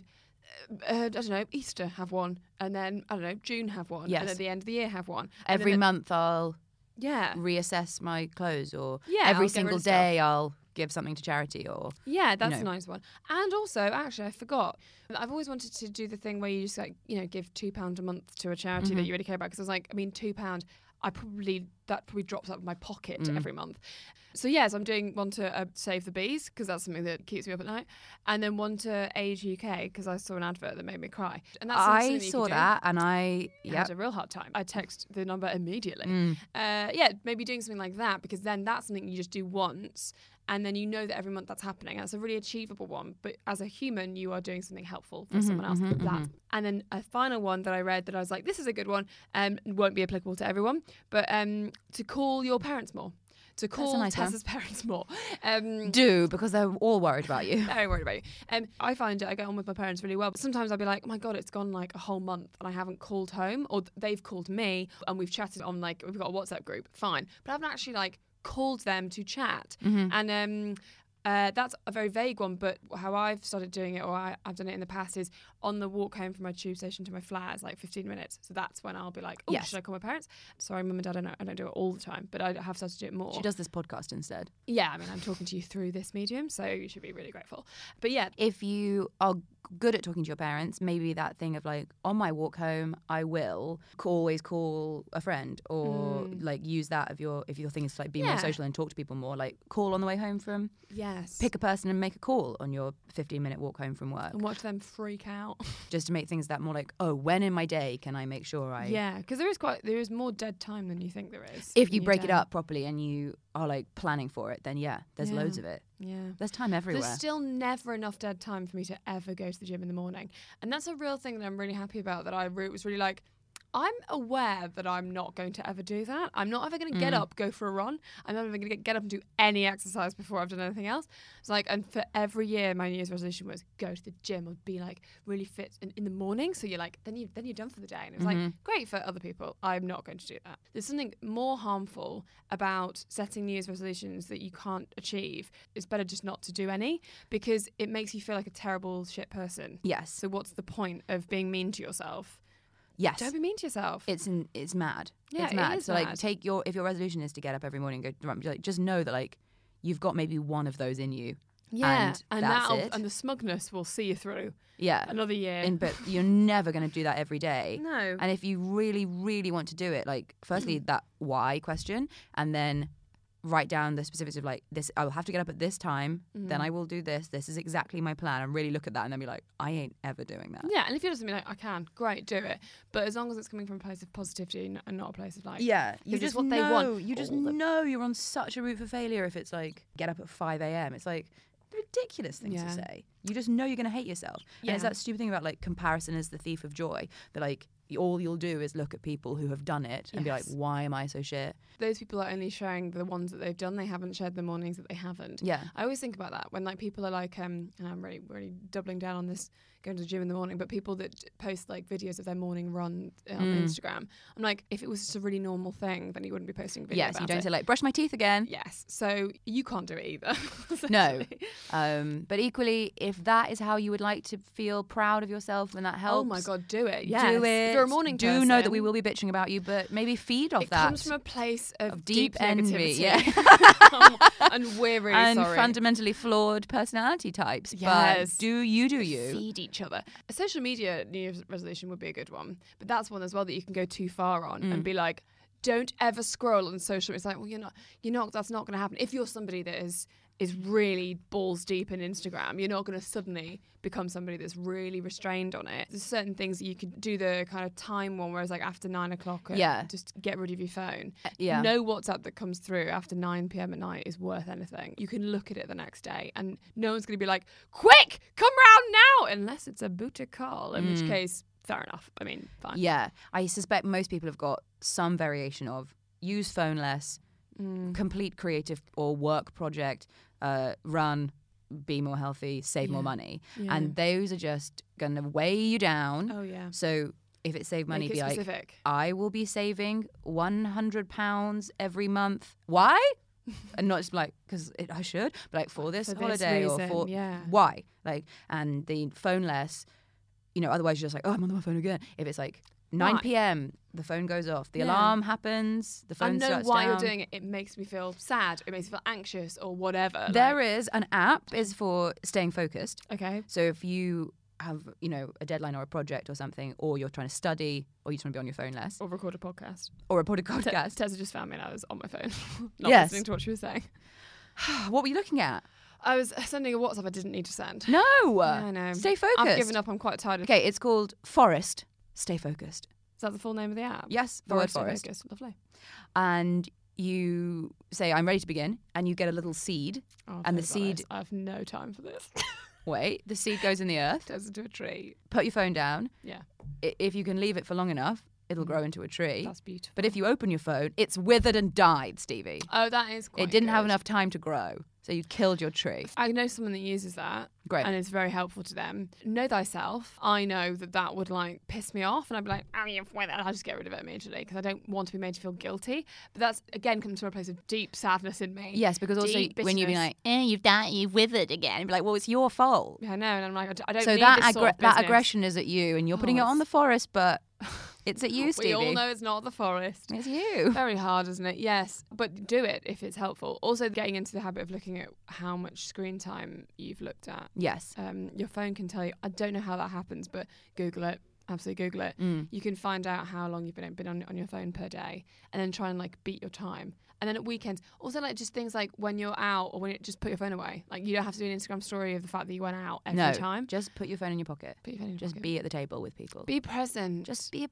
[SPEAKER 1] uh, uh, I don't know, Easter have one, and then I don't know, June have one,
[SPEAKER 2] Yes.
[SPEAKER 1] and at the end of the year have one. And
[SPEAKER 2] Every
[SPEAKER 1] then-
[SPEAKER 2] month I'll
[SPEAKER 1] Yeah.
[SPEAKER 2] reassess my clothes, or
[SPEAKER 1] Uh, Yeah, I'll
[SPEAKER 2] every
[SPEAKER 1] get rid
[SPEAKER 2] single
[SPEAKER 1] of stuff.
[SPEAKER 2] day I'll give something to charity, or
[SPEAKER 1] Yeah, that's
[SPEAKER 2] know.
[SPEAKER 1] a nice one. And also, actually, I forgot. I've always wanted to do the thing where you just like, you know, give two pound a month to a charity
[SPEAKER 2] Mm-hmm.
[SPEAKER 1] that you really care about. Because I was like, I mean, two pound, I probably that probably drops out of my pocket
[SPEAKER 2] Mm.
[SPEAKER 1] every month. So yes, I'm doing one to uh, save the bees because that's something that keeps me up at night, and then one to Age UK because I saw an advert that made me cry. And that's something
[SPEAKER 2] I
[SPEAKER 1] you
[SPEAKER 2] saw
[SPEAKER 1] can do.
[SPEAKER 2] that and I
[SPEAKER 1] I
[SPEAKER 2] yeah
[SPEAKER 1] had a real hard time. I text the number immediately.
[SPEAKER 2] Mm.
[SPEAKER 1] Uh, yeah, maybe doing something like that because then that's something you just do once and then you know that every month that's happening. That's a really achievable one. But as a human, you are doing something helpful
[SPEAKER 2] Mm-hmm,
[SPEAKER 1] for someone else. that. And then a final one that I read that I was like, this is a good one um, won't be applicable to everyone, but um, to call your parents more. To call
[SPEAKER 2] nice one.
[SPEAKER 1] Tessa's parents more. Um,
[SPEAKER 2] do because they're all worried about you.
[SPEAKER 1] I don't worry about you. Um, I find it, I get on with my parents really well. But sometimes I'll be like, oh my God, it's gone like a whole month and I haven't called home or th- they've called me and we've chatted on like, we've got a WhatsApp group, fine. But I haven't actually like called them to chat.
[SPEAKER 2] Mm-hmm.
[SPEAKER 1] And um, uh, that's a very vague one, but how I've started doing it, or I, I've done it in the past, is on the walk home from my tube station to my flat is like 15 minutes. So that's when I'll be like, oh,
[SPEAKER 2] Yes.
[SPEAKER 1] should I call my parents? Sorry, mum and dad, I don't, I don't do it all the time, but I have started to do it more.
[SPEAKER 2] She does this podcast instead.
[SPEAKER 1] Yeah, I mean, I'm talking to you through this medium, so you should be really grateful. But yeah,
[SPEAKER 2] if you are good at talking to your parents, maybe that thing of like, on my walk home, I will c- always call a friend, or like use that of your if your thing is to like be more
[SPEAKER 1] Mm. Yeah.
[SPEAKER 2] social and talk to people more, like call on the way home from
[SPEAKER 1] Yes.
[SPEAKER 2] pick a person and make a call on your 15 minute walk home from work,
[SPEAKER 1] and watch them freak out.
[SPEAKER 2] just to make things that more like, oh, when in my day can I make sure I
[SPEAKER 1] Yeah, because there is quite there is more dead time than you think there is.
[SPEAKER 2] If
[SPEAKER 1] in
[SPEAKER 2] you
[SPEAKER 1] your
[SPEAKER 2] break it
[SPEAKER 1] day.
[SPEAKER 2] up properly and you are like planning for it, then yeah, there's
[SPEAKER 1] Yeah.
[SPEAKER 2] loads of it.
[SPEAKER 1] yeah.
[SPEAKER 2] There's time everywhere.
[SPEAKER 1] There's still never enough dead time for me to ever go to the gym in the morning. And that's a real thing that I'm really happy about that I re- was really like I'm aware that I'm not going to ever do that. I'm not ever going to get
[SPEAKER 2] Mm.
[SPEAKER 1] up, go for a run. I'm not even going to get up and do any exercise before I've done anything else. It's like, and for every year, my New Year's resolution was go to the gym or be like really fit in, in the morning. So you're like, then you then you're done for the day, and it was
[SPEAKER 2] Mm-hmm.
[SPEAKER 1] like great for other people. I'm not going to do that. There's something more harmful about setting New Year's resolutions that you can't achieve. It's better just not to do any because it makes you feel like a terrible shit person.
[SPEAKER 2] yes.
[SPEAKER 1] So what's the point of being mean to yourself?
[SPEAKER 2] yes.
[SPEAKER 1] Don't be mean to yourself.
[SPEAKER 2] it's in, it's mad.
[SPEAKER 1] Yeah,
[SPEAKER 2] it's
[SPEAKER 1] it
[SPEAKER 2] mad.
[SPEAKER 1] is
[SPEAKER 2] so like,
[SPEAKER 1] mad.
[SPEAKER 2] take your if your resolution is to get up every morning, and go to run, like just know that like you've got maybe one of those in you. and, that's
[SPEAKER 1] that'll-
[SPEAKER 2] it.
[SPEAKER 1] and the smugness will see you through
[SPEAKER 2] yeah,
[SPEAKER 1] another year.
[SPEAKER 2] And, but you're never going to do that every day.
[SPEAKER 1] No. Mm.
[SPEAKER 2] And if you really, really want to do it, like firstly that why question, and then write down the specifics of like this. I will have to get up at this time.
[SPEAKER 1] Mm.
[SPEAKER 2] Then I will do this. This is exactly my plan. And really look at that, and then be like, I ain't ever doing that.
[SPEAKER 1] yeah, and if you're just gonna be like, I can, great, do it. But as long as it's coming from a place of positivity and- and not a place of like,
[SPEAKER 2] Yeah,
[SPEAKER 1] you just know-
[SPEAKER 2] You just
[SPEAKER 1] all the-
[SPEAKER 2] know you're on such a route for failure if it's like get up at five a.m. It's like a ridiculous thing to
[SPEAKER 1] Yeah.
[SPEAKER 2] say. You just know you're going to hate yourself. And it's
[SPEAKER 1] Yeah.
[SPEAKER 2] that stupid thing about like comparison is the thief of joy. That like y- all you'll do is look at people who have done it and be like,
[SPEAKER 1] Yes.
[SPEAKER 2] why am I so shit?
[SPEAKER 1] those people are only sharing the ones that they've done. They haven't shared the mornings that they haven't.
[SPEAKER 2] Yeah.
[SPEAKER 1] I always think about that when like people are like, um, and I'm really really doubling down on this going to the gym in the morning, but people that post like videos of their morning run uh, on Instagram, I'm like, if it was just a really normal thing, then you wouldn't be posting videos.
[SPEAKER 2] yes, you don't say like brush my teeth again.
[SPEAKER 1] Yes, so you can't do it either.
[SPEAKER 2] No,
[SPEAKER 1] essentially.
[SPEAKER 2] um, but equally, if that is how you would like to feel proud of yourself, and that helps.
[SPEAKER 1] Oh my god, do it! Yes.
[SPEAKER 2] do it.
[SPEAKER 1] If you're a morning
[SPEAKER 2] do know that we
[SPEAKER 1] person,
[SPEAKER 2] will be bitching about you, but maybe feed off
[SPEAKER 1] It
[SPEAKER 2] that.
[SPEAKER 1] comes from a place of,
[SPEAKER 2] Of deep
[SPEAKER 1] deep,
[SPEAKER 2] envy,
[SPEAKER 1] negativity,
[SPEAKER 2] yeah.
[SPEAKER 1] and we're really
[SPEAKER 2] and
[SPEAKER 1] sorry.
[SPEAKER 2] fundamentally flawed personality types.
[SPEAKER 1] Yes.
[SPEAKER 2] But do you do you?
[SPEAKER 1] feed each other. A social media New Year's resolution would be a good one, but that's one as well that you can go too far on
[SPEAKER 2] Mm.
[SPEAKER 1] and be like, "Don't ever scroll on social." It's like, well, you're not, you're not. That's not going to happen. If you're somebody that is is really balls deep in Instagram, you're not going to suddenly become somebody that's really restrained on it. There's certain things that you can do the kind of time one, whereas like after nine o'clock, and
[SPEAKER 2] Yeah.
[SPEAKER 1] just get rid of your phone.
[SPEAKER 2] yeah.
[SPEAKER 1] No WhatsApp that comes through after 9 p.m. at night is worth anything. You can look at it the next day, and no one's going to be like, "Quick, come round now!" Unless it's a booter call, in which case, fair enough. I mean, fine.
[SPEAKER 2] Mm. Yeah, I suspect most people have got some variation of use phone less,
[SPEAKER 1] Mm.
[SPEAKER 2] complete creative or work project, uh, run, be more healthy, save more money, and those are just going to weigh you down.
[SPEAKER 1] Oh yeah.
[SPEAKER 2] So if it's save money,
[SPEAKER 1] Make it
[SPEAKER 2] be like,
[SPEAKER 1] specific.
[SPEAKER 2] I will be saving one hundred pounds every month. Why? and not just like because I should, but like for this
[SPEAKER 1] For this
[SPEAKER 2] holiday or
[SPEAKER 1] reason,
[SPEAKER 2] for
[SPEAKER 1] yeah.
[SPEAKER 2] why? Like and the phone less, you know. Otherwise, you're just like, oh, I'm on my phone again. If it's like 9
[SPEAKER 1] Right.
[SPEAKER 2] p.m., the phone goes off, the
[SPEAKER 1] Yeah.
[SPEAKER 2] alarm happens, the phone
[SPEAKER 1] I know
[SPEAKER 2] shuts
[SPEAKER 1] why
[SPEAKER 2] down.
[SPEAKER 1] you're doing it. It makes me feel sad. It makes me feel anxious or whatever.
[SPEAKER 2] There
[SPEAKER 1] like-
[SPEAKER 2] is an app is for staying focused.
[SPEAKER 1] Okay.
[SPEAKER 2] So if you have you know a deadline or a project or something, or you're trying to study, or you just want to be on your phone less,
[SPEAKER 1] Or record a podcast.
[SPEAKER 2] or record a
[SPEAKER 1] Te-
[SPEAKER 2] podcast.
[SPEAKER 1] Tessa just found me and I was on my phone, not
[SPEAKER 2] Yes.
[SPEAKER 1] listening to what she was saying.
[SPEAKER 2] what were you looking at?
[SPEAKER 1] I was sending a WhatsApp I didn't need to send.
[SPEAKER 2] No,
[SPEAKER 1] Yeah, I know.
[SPEAKER 2] Stay focused.
[SPEAKER 1] I've given up. I'm quite tired. of
[SPEAKER 2] Okay, it's called Forest. Stay focused.
[SPEAKER 1] Is that the full name of the app?
[SPEAKER 2] Yes, the word
[SPEAKER 1] Forest and
[SPEAKER 2] forest.
[SPEAKER 1] Hibiscus. Lovely.
[SPEAKER 2] And you say, I'm ready to begin. And you get a little seed.
[SPEAKER 1] Oh,
[SPEAKER 2] and the
[SPEAKER 1] thank God,
[SPEAKER 2] seed,
[SPEAKER 1] I have no time for this.
[SPEAKER 2] wait, the seed goes in the earth.
[SPEAKER 1] Turns into a tree.
[SPEAKER 2] Put your phone down.
[SPEAKER 1] Yeah,
[SPEAKER 2] I- If you can leave it for long enough, it'll grow into a tree.
[SPEAKER 1] Mm. that's beautiful.
[SPEAKER 2] But if you open your phone, it's withered and died, Stevie.
[SPEAKER 1] oh, that is. Quite
[SPEAKER 2] it didn't have
[SPEAKER 1] good.
[SPEAKER 2] enough time to grow. So you killed your tree.
[SPEAKER 1] I know someone that uses that.
[SPEAKER 2] Great.
[SPEAKER 1] And it's very helpful to them. Know thyself. I know that that would like piss me off, and I'd be like, "Oh, you've with it." I'll just get rid of it immediately because I don't want to be made to feel guilty. But that's again comes from a place of deep sadness in me.
[SPEAKER 2] Yes, because also
[SPEAKER 1] Deep
[SPEAKER 2] when you'd be
[SPEAKER 1] bitterness.
[SPEAKER 2] like, eh, you've died, you've withered again. You'd be like, well, it's your fault.
[SPEAKER 1] Yeah, I know, and I'm like, I d- I don't.
[SPEAKER 2] so
[SPEAKER 1] need
[SPEAKER 2] that
[SPEAKER 1] this sort
[SPEAKER 2] aggre-
[SPEAKER 1] of
[SPEAKER 2] that
[SPEAKER 1] business.
[SPEAKER 2] aggression is at you, and you're putting it
[SPEAKER 1] it's-
[SPEAKER 2] on the forest, but it's at you, Stevie.
[SPEAKER 1] We all know it's not the forest.
[SPEAKER 2] It's you.
[SPEAKER 1] Very hard, isn't it? Yes, but do it if it's helpful. Also, getting into the habit of looking at how much screen time you've looked at.
[SPEAKER 2] Yes.
[SPEAKER 1] Um, your phone can tell you. I don't know how that happens, but Google it. Absolutely Google it.
[SPEAKER 2] Mm.
[SPEAKER 1] You can find out how long you've been been on, on your phone per day, and then try and like beat your time. And then at weekends, also like just things like when you're out or when you just put your phone away. Like you don't have to do an Instagram story of the fact that you went out every
[SPEAKER 2] no.
[SPEAKER 1] time.
[SPEAKER 2] Just put your phone in your pocket.
[SPEAKER 1] Put your phone in your
[SPEAKER 2] Just
[SPEAKER 1] pocket.
[SPEAKER 2] be at the table with people.
[SPEAKER 1] Be present.
[SPEAKER 2] just be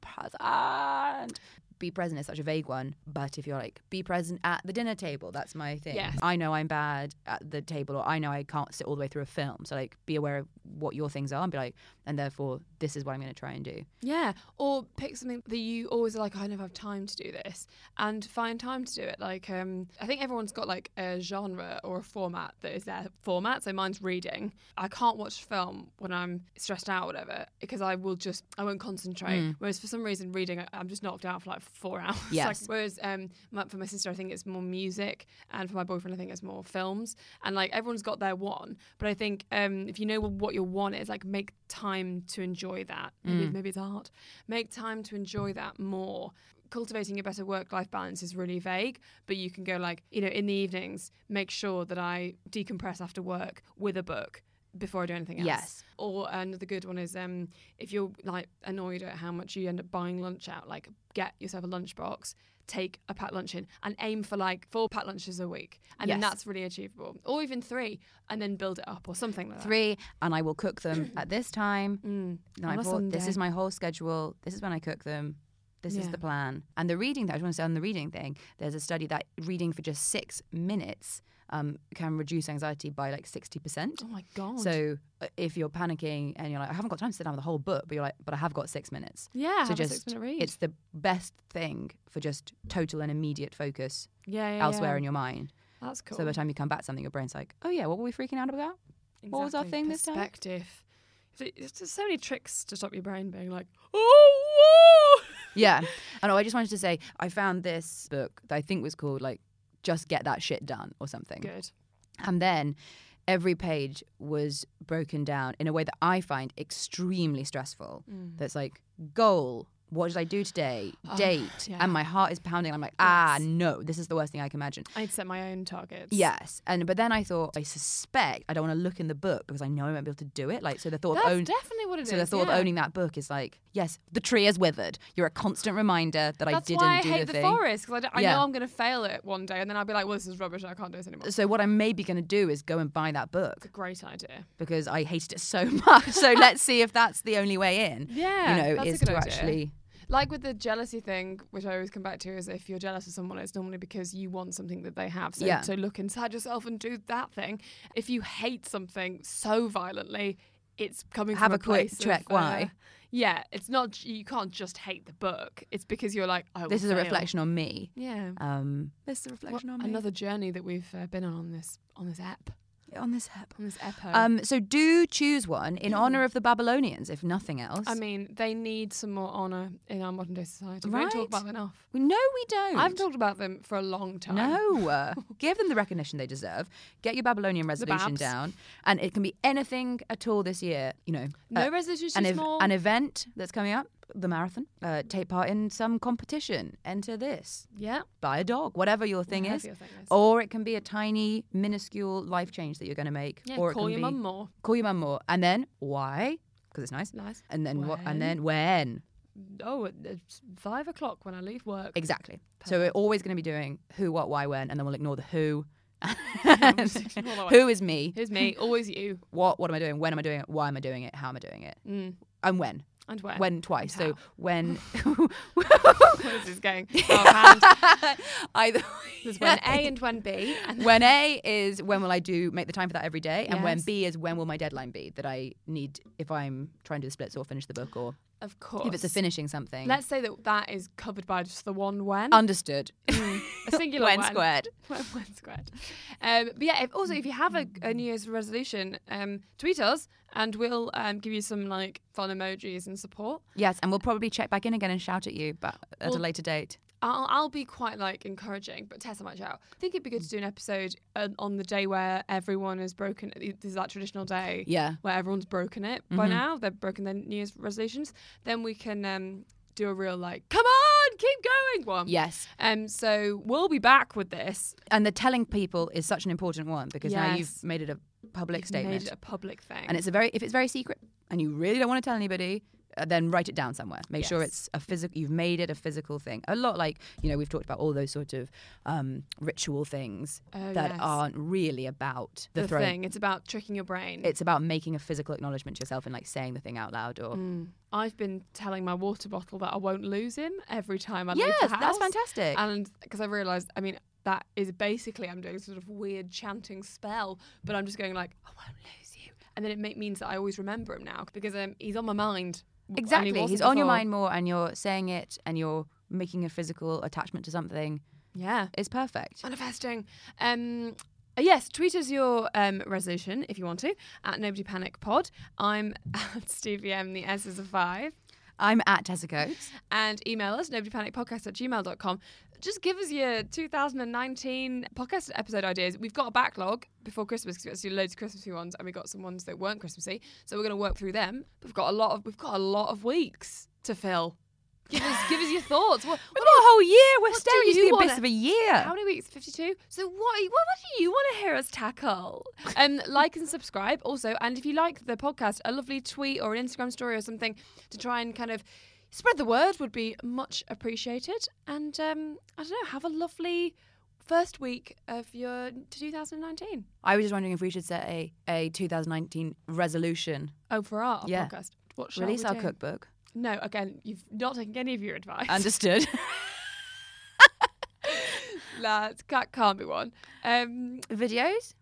[SPEAKER 2] present. Be present is such a vague one, but if you're like, be present at the dinner table, that's my thing.
[SPEAKER 1] Yes.
[SPEAKER 2] I know I'm bad at the table, or I know I can't sit all the way through a film. So, like, be aware of what your things are and be like, and therefore, this is what I'm going to try and do.
[SPEAKER 1] Yeah, or pick something that you always are like. I never have time to do this, and find time to do it. Like, um, I think everyone's got like a genre or a format that is their format. So mine's reading. I can't watch film when I'm stressed out, or whatever, because I will just I won't concentrate. Whereas for some reason, reading I- I'm just knocked out for like four hours. Like,
[SPEAKER 2] Yes.
[SPEAKER 1] whereas um, my, for my sister, I think it's more music, and for my boyfriend, I think it's more films. And like everyone's got their one, but I think um, if you know what your one is, like make time to enjoy that. Maybe,
[SPEAKER 2] Mm.
[SPEAKER 1] maybe it's art. Make time to enjoy that more. Cultivating a better work-life balance is really vague, but you can go like you know in the evenings, make sure that I decompress after work with a book before I do anything else.
[SPEAKER 2] Yes.
[SPEAKER 1] Or another good one is um, if you're like annoyed at how much you end up buying lunch out, like get yourself a lunchbox, take a packed lunch in, and aim for like four packed lunches a week, and then
[SPEAKER 2] Yes.
[SPEAKER 1] that's really achievable. Or even three, and then build it up or something like
[SPEAKER 2] Three, and I will cook them at this time.
[SPEAKER 1] that. Mm.
[SPEAKER 2] No,
[SPEAKER 1] On
[SPEAKER 2] I
[SPEAKER 1] a
[SPEAKER 2] bought, this
[SPEAKER 1] Sunday.
[SPEAKER 2] is my whole schedule. This is when I cook them. This is
[SPEAKER 1] Yeah.
[SPEAKER 2] the plan. And the reading that I just want to say on the reading thing, there's a study that reading for just six minutes um, can reduce anxiety by like 60%.
[SPEAKER 1] Oh my god.
[SPEAKER 2] So uh, if you're panicking and you're like, I haven't got time to sit down with the whole book, but you're like, but I have got six minutes.
[SPEAKER 1] yeah,
[SPEAKER 2] so
[SPEAKER 1] have
[SPEAKER 2] just
[SPEAKER 1] a six minute read.
[SPEAKER 2] it's the best thing for just total and immediate focus
[SPEAKER 1] yeah, yeah,
[SPEAKER 2] elsewhere
[SPEAKER 1] yeah.
[SPEAKER 2] in your mind.
[SPEAKER 1] That's cool.
[SPEAKER 2] So by the time you come back, to something your brain's like, oh yeah, what were we freaking out about? What was our
[SPEAKER 1] Exactly.
[SPEAKER 2] thing this time?
[SPEAKER 1] Perspective. If it- There's so many tricks to stop your brain being like, oh, whoa.
[SPEAKER 2] yeah. And I just wanted to say, I found this book that I think was called like "Just Get That Shit Done" or something.
[SPEAKER 1] Good.
[SPEAKER 2] And then every page was broken down in a way that I find extremely stressful.
[SPEAKER 1] Mm.
[SPEAKER 2] That's like goal. What should I do today? Date.
[SPEAKER 1] Oh, yeah.
[SPEAKER 2] And my heart is pounding. I'm like, ah,
[SPEAKER 1] Yes.
[SPEAKER 2] no, this is the worst thing I can imagine.
[SPEAKER 1] I'd set my own targets.
[SPEAKER 2] Yes. And but then I thought, I suspect I don't want to look in the book because I know I won't be able to do it. Like so the thought
[SPEAKER 1] That's
[SPEAKER 2] of own
[SPEAKER 1] definitely what it is.
[SPEAKER 2] so the thought
[SPEAKER 1] yeah.
[SPEAKER 2] of owning that book is like Yes, the tree has withered. You're a constant reminder that I
[SPEAKER 1] That's
[SPEAKER 2] didn't
[SPEAKER 1] why I
[SPEAKER 2] do
[SPEAKER 1] hate
[SPEAKER 2] the
[SPEAKER 1] the,
[SPEAKER 2] thing.
[SPEAKER 1] forest because I, don't- I
[SPEAKER 2] Yeah.
[SPEAKER 1] know I'm going to fail it one day, and then I'll be like, "Well, this is rubbish. I can't do this anymore." It's
[SPEAKER 2] So what I'm maybe going to do is go and buy that book
[SPEAKER 1] a great idea.
[SPEAKER 2] because I hated it so much. So let's see if that's the only way in.
[SPEAKER 1] Yeah,
[SPEAKER 2] you know,
[SPEAKER 1] that's a
[SPEAKER 2] is
[SPEAKER 1] good
[SPEAKER 2] to
[SPEAKER 1] idea.
[SPEAKER 2] actually.
[SPEAKER 1] Like with the jealousy thing, which I always come back to, is if you're jealous of someone, it's normally because you want something that they have. So,
[SPEAKER 2] Yeah.
[SPEAKER 1] so look inside yourself and do that thing. If you hate something so violently, it's coming from
[SPEAKER 2] Have a
[SPEAKER 1] a,
[SPEAKER 2] quick
[SPEAKER 1] place
[SPEAKER 2] check
[SPEAKER 1] of, uh,
[SPEAKER 2] why.
[SPEAKER 1] Yeah, it's not j- you can't just hate the book. It's because you're like, oh,
[SPEAKER 2] This is a reflection on me.
[SPEAKER 1] Yeah,
[SPEAKER 2] Um, this is a
[SPEAKER 1] What-
[SPEAKER 2] reflection on me.
[SPEAKER 1] another journey that we've uh, been on on this on this app
[SPEAKER 2] on this app.
[SPEAKER 1] on this epo. Mm.
[SPEAKER 2] Um, so do choose one in honor of the Babylonians, if nothing else.
[SPEAKER 1] I mean, they need some more honor in our modern day society. We don't
[SPEAKER 2] Right?
[SPEAKER 1] talk about them enough.
[SPEAKER 2] We- no, we don't.
[SPEAKER 1] I've talked about them for a long time.
[SPEAKER 2] No, give them the recognition they deserve. Get your Babylonian resolution
[SPEAKER 1] babs.
[SPEAKER 2] down, and it can be anything at all this year. You know, Uh,
[SPEAKER 1] No resolution's
[SPEAKER 2] an,
[SPEAKER 1] too small.
[SPEAKER 2] an event that's coming up, the marathon. Uh, take part in some competition. Enter this.
[SPEAKER 1] Yeah.
[SPEAKER 2] Buy a dog, whatever your thing,
[SPEAKER 1] Whatever
[SPEAKER 2] is.
[SPEAKER 1] your thing is.
[SPEAKER 2] or it can be a tiny, minuscule life change that you're going to make.
[SPEAKER 1] Yeah,
[SPEAKER 2] or it
[SPEAKER 1] call
[SPEAKER 2] can
[SPEAKER 1] your
[SPEAKER 2] be-
[SPEAKER 1] mum more.
[SPEAKER 2] Call your mum more, and then why? Because it's nice.
[SPEAKER 1] Nice.
[SPEAKER 2] And then what?
[SPEAKER 1] When?
[SPEAKER 2] And then when?
[SPEAKER 1] Oh, it- it's five o'clock when I leave work.
[SPEAKER 2] Exactly. So we're always going to be doing who, what, why, when, and then we'll ignore the who.
[SPEAKER 1] ignore that one.
[SPEAKER 2] who is me?
[SPEAKER 1] Here's me, always you,
[SPEAKER 2] What? What am I doing? When am I doing it? Why am I doing it? How am I doing it? And when?
[SPEAKER 1] and Mm. when.
[SPEAKER 2] When twice. So when
[SPEAKER 1] Where's this going? Oh, and
[SPEAKER 2] either
[SPEAKER 1] there's when A and when B. And
[SPEAKER 2] when A is when will I do make the time for that every day, and when
[SPEAKER 1] Yes.
[SPEAKER 2] B is when will my deadline be that I need if I'm trying to do the splits or finish the book or
[SPEAKER 1] of course.
[SPEAKER 2] if it's a finishing something.
[SPEAKER 1] Let's say that that is covered by just the one when.
[SPEAKER 2] understood.
[SPEAKER 1] a Mm. singular
[SPEAKER 2] when
[SPEAKER 1] when.
[SPEAKER 2] squared.
[SPEAKER 1] When, when squared. Um, but yeah, if, also if you have a, a New Year's resolution, um, tweet us and we'll um, give you some like fun emojis and support.
[SPEAKER 2] Yes, and we'll probably check back in again and shout at you, but at a
[SPEAKER 1] Well,
[SPEAKER 2] later date.
[SPEAKER 1] I'll, I'll be quite like encouraging, but Tessa might shout. I think it'd be good to do an episode um, on the day where everyone has broken. There's that traditional day,
[SPEAKER 2] Yeah. Mm-hmm.
[SPEAKER 1] where everyone's broken it by now. They've broken their New Year's resolutions. Then we can um, do a real like, come on, keep going one.
[SPEAKER 2] Yes.
[SPEAKER 1] Um. So we'll be back with this.
[SPEAKER 2] And the telling people is such an important one because now you've
[SPEAKER 1] Yes.
[SPEAKER 2] made it a public
[SPEAKER 1] You've
[SPEAKER 2] statement.
[SPEAKER 1] Made it a public thing.
[SPEAKER 2] and it's a very if it's very secret and you really don't want to tell anybody uh, then write it down somewhere make sure
[SPEAKER 1] Yes.
[SPEAKER 2] it's a physical you've made it a physical thing a lot like you know we've talked about all those sort of um, ritual things
[SPEAKER 1] Oh,
[SPEAKER 2] that
[SPEAKER 1] yes.
[SPEAKER 2] aren't really about the,
[SPEAKER 1] the
[SPEAKER 2] throne
[SPEAKER 1] thing. It's about tricking your brain.
[SPEAKER 2] it's about making a physical acknowledgement to yourself and like saying the thing out loud or
[SPEAKER 1] Mm. I've been telling my water bottle that I won't lose him every time I leave the
[SPEAKER 2] Yes,
[SPEAKER 1] house.
[SPEAKER 2] that's fantastic.
[SPEAKER 1] And because I realised, I mean, that is basically I'm doing sort of weird chanting spell, but I'm just going like, I won't lose you, and then it ma- means that I always remember him now because um, he's on my mind. w- and he
[SPEAKER 2] exactly
[SPEAKER 1] wasn't
[SPEAKER 2] he's on your
[SPEAKER 1] before.
[SPEAKER 2] mind more and you're saying it and you're making a physical attachment to something
[SPEAKER 1] Yeah, Uh
[SPEAKER 2] it's perfect
[SPEAKER 1] manifesting. Um, uh, yes, tweet us your um, resolution if you want to at Nobody Panic Pod. I'm at Stevie M. The S is a five.
[SPEAKER 2] i'm at tessa coates
[SPEAKER 1] and email us nobodypanicpodcast at gmail.com just give us your 2019 podcast episode ideas we've got a backlog before christmas because we had to do loads of christmassy ones and we got some ones that weren't christmassy so we're going to work through them but we've got a lot of we've got a lot of weeks to fill give us give us your thoughts what,
[SPEAKER 2] we've
[SPEAKER 1] what
[SPEAKER 2] got a whole year we're
[SPEAKER 1] what
[SPEAKER 2] staring
[SPEAKER 1] do
[SPEAKER 2] into
[SPEAKER 1] you
[SPEAKER 2] the abyss
[SPEAKER 1] wanna-
[SPEAKER 2] of a year
[SPEAKER 1] how many weeks? 52? So what, what, what do you want to hear us tackle? Um, like and subscribe also. And if you like the podcast, a lovely tweet or an Instagram story or something to try and kind of spread the word would be much appreciated. And um, I don't know, have a lovely first week of your 2019
[SPEAKER 2] I was just wondering if we should set a, a 2019 resolution.
[SPEAKER 1] Oh, for our
[SPEAKER 2] Yeah.
[SPEAKER 1] podcast. What shall
[SPEAKER 2] Release
[SPEAKER 1] we
[SPEAKER 2] our
[SPEAKER 1] do?
[SPEAKER 2] cookbook.
[SPEAKER 1] No, again, you've not taken any of your advice.
[SPEAKER 2] Understood.
[SPEAKER 1] that that can't be one. Um,
[SPEAKER 2] Videos?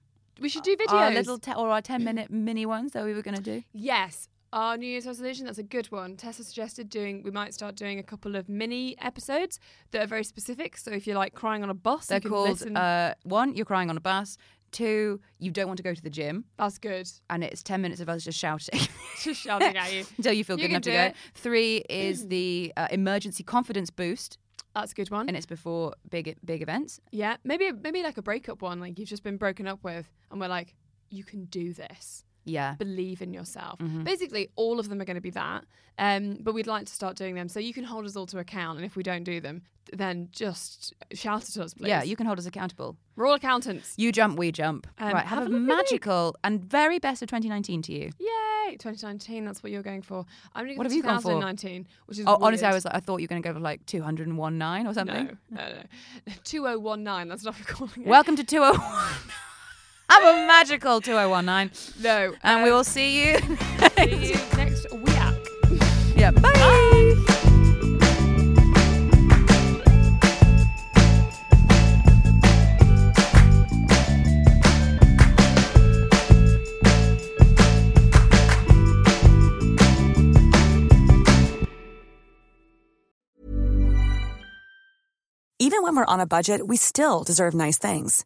[SPEAKER 1] we should do videos.
[SPEAKER 2] Our little te- or our 10 minute mini ones that we were going to do.
[SPEAKER 1] Yes, our New Year's resolution. That's a good one. Tessa suggested doing. We might start doing a couple of mini episodes that are very specific. So if you're like crying on a bus,
[SPEAKER 2] They're
[SPEAKER 1] you can
[SPEAKER 2] called
[SPEAKER 1] listen.
[SPEAKER 2] uh, one, you're crying on a bus. Two, you don't want to go to the gym.
[SPEAKER 1] that's good.
[SPEAKER 2] And it's 10 minutes of us just shouting
[SPEAKER 1] Just shouting at you.
[SPEAKER 2] until you feel
[SPEAKER 1] You
[SPEAKER 2] good
[SPEAKER 1] can
[SPEAKER 2] enough to
[SPEAKER 1] do
[SPEAKER 2] go.
[SPEAKER 1] it.
[SPEAKER 2] Three is the uh, emergency confidence boost,
[SPEAKER 1] That's a good one.
[SPEAKER 2] and it's before big big events.
[SPEAKER 1] yeah, maybe maybe like a breakup one. Like you've just been broken up with, and we're like, you can do this.
[SPEAKER 2] Yeah.
[SPEAKER 1] Believe in yourself.
[SPEAKER 2] Mm-hmm.
[SPEAKER 1] Basically, all of them are going to be that. Um, but we'd like to start doing them, so you can hold us all to account. And if we don't do them, then just shout at us, please.
[SPEAKER 2] Yeah, you can hold us accountable.
[SPEAKER 1] We're all accountants.
[SPEAKER 2] You jump, we jump.
[SPEAKER 1] Um,
[SPEAKER 2] right, have,
[SPEAKER 1] have a
[SPEAKER 2] a
[SPEAKER 1] lovely week.
[SPEAKER 2] magical and very best of 2019 to you.
[SPEAKER 1] Yay! great. 2019, that's what you're going for. I'm going to
[SPEAKER 2] What
[SPEAKER 1] go
[SPEAKER 2] have you gone for?
[SPEAKER 1] 2019, which is
[SPEAKER 2] Oh, honestly, I
[SPEAKER 1] weird.
[SPEAKER 2] was like, I thought you were going to go for like 2019 or something.
[SPEAKER 1] No, no, no. 2019, that's not what we're calling it.
[SPEAKER 2] Welcome to 201. Have a magical 2019.
[SPEAKER 1] no.
[SPEAKER 2] And we will see you.
[SPEAKER 1] See you next week.
[SPEAKER 2] yeah, bye.
[SPEAKER 3] Even when we're on a budget, we still deserve nice things.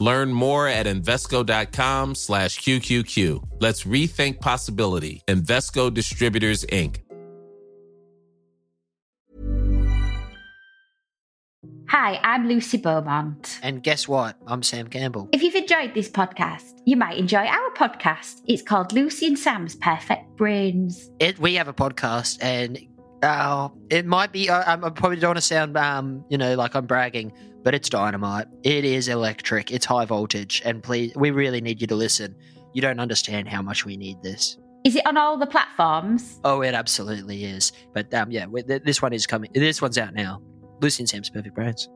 [SPEAKER 4] Learn more at Invesco.com slash QQQ. Let's rethink possibility. Invesco Distributors, Inc.
[SPEAKER 5] Hi, I'm Lucy Beaumont.
[SPEAKER 6] And guess what? I'm Sam Campbell.
[SPEAKER 5] If you've enjoyed this podcast, you might enjoy our podcast. It's called Lucy and Sam's Perfect Brains.
[SPEAKER 6] It, we have a podcast, and uh, it might be. I, I'm- I probably don't want to sound, um, you know, like I'm bragging, but it's dynamite. It is electric. It's high voltage, and please, we really need you to listen. You don't understand how much we need this.
[SPEAKER 5] Is it on all the platforms?
[SPEAKER 6] Oh, it absolutely is. But um, yeah, we, th- this one is coming. This one's out now. Lucy and Sam's Perfect Brains.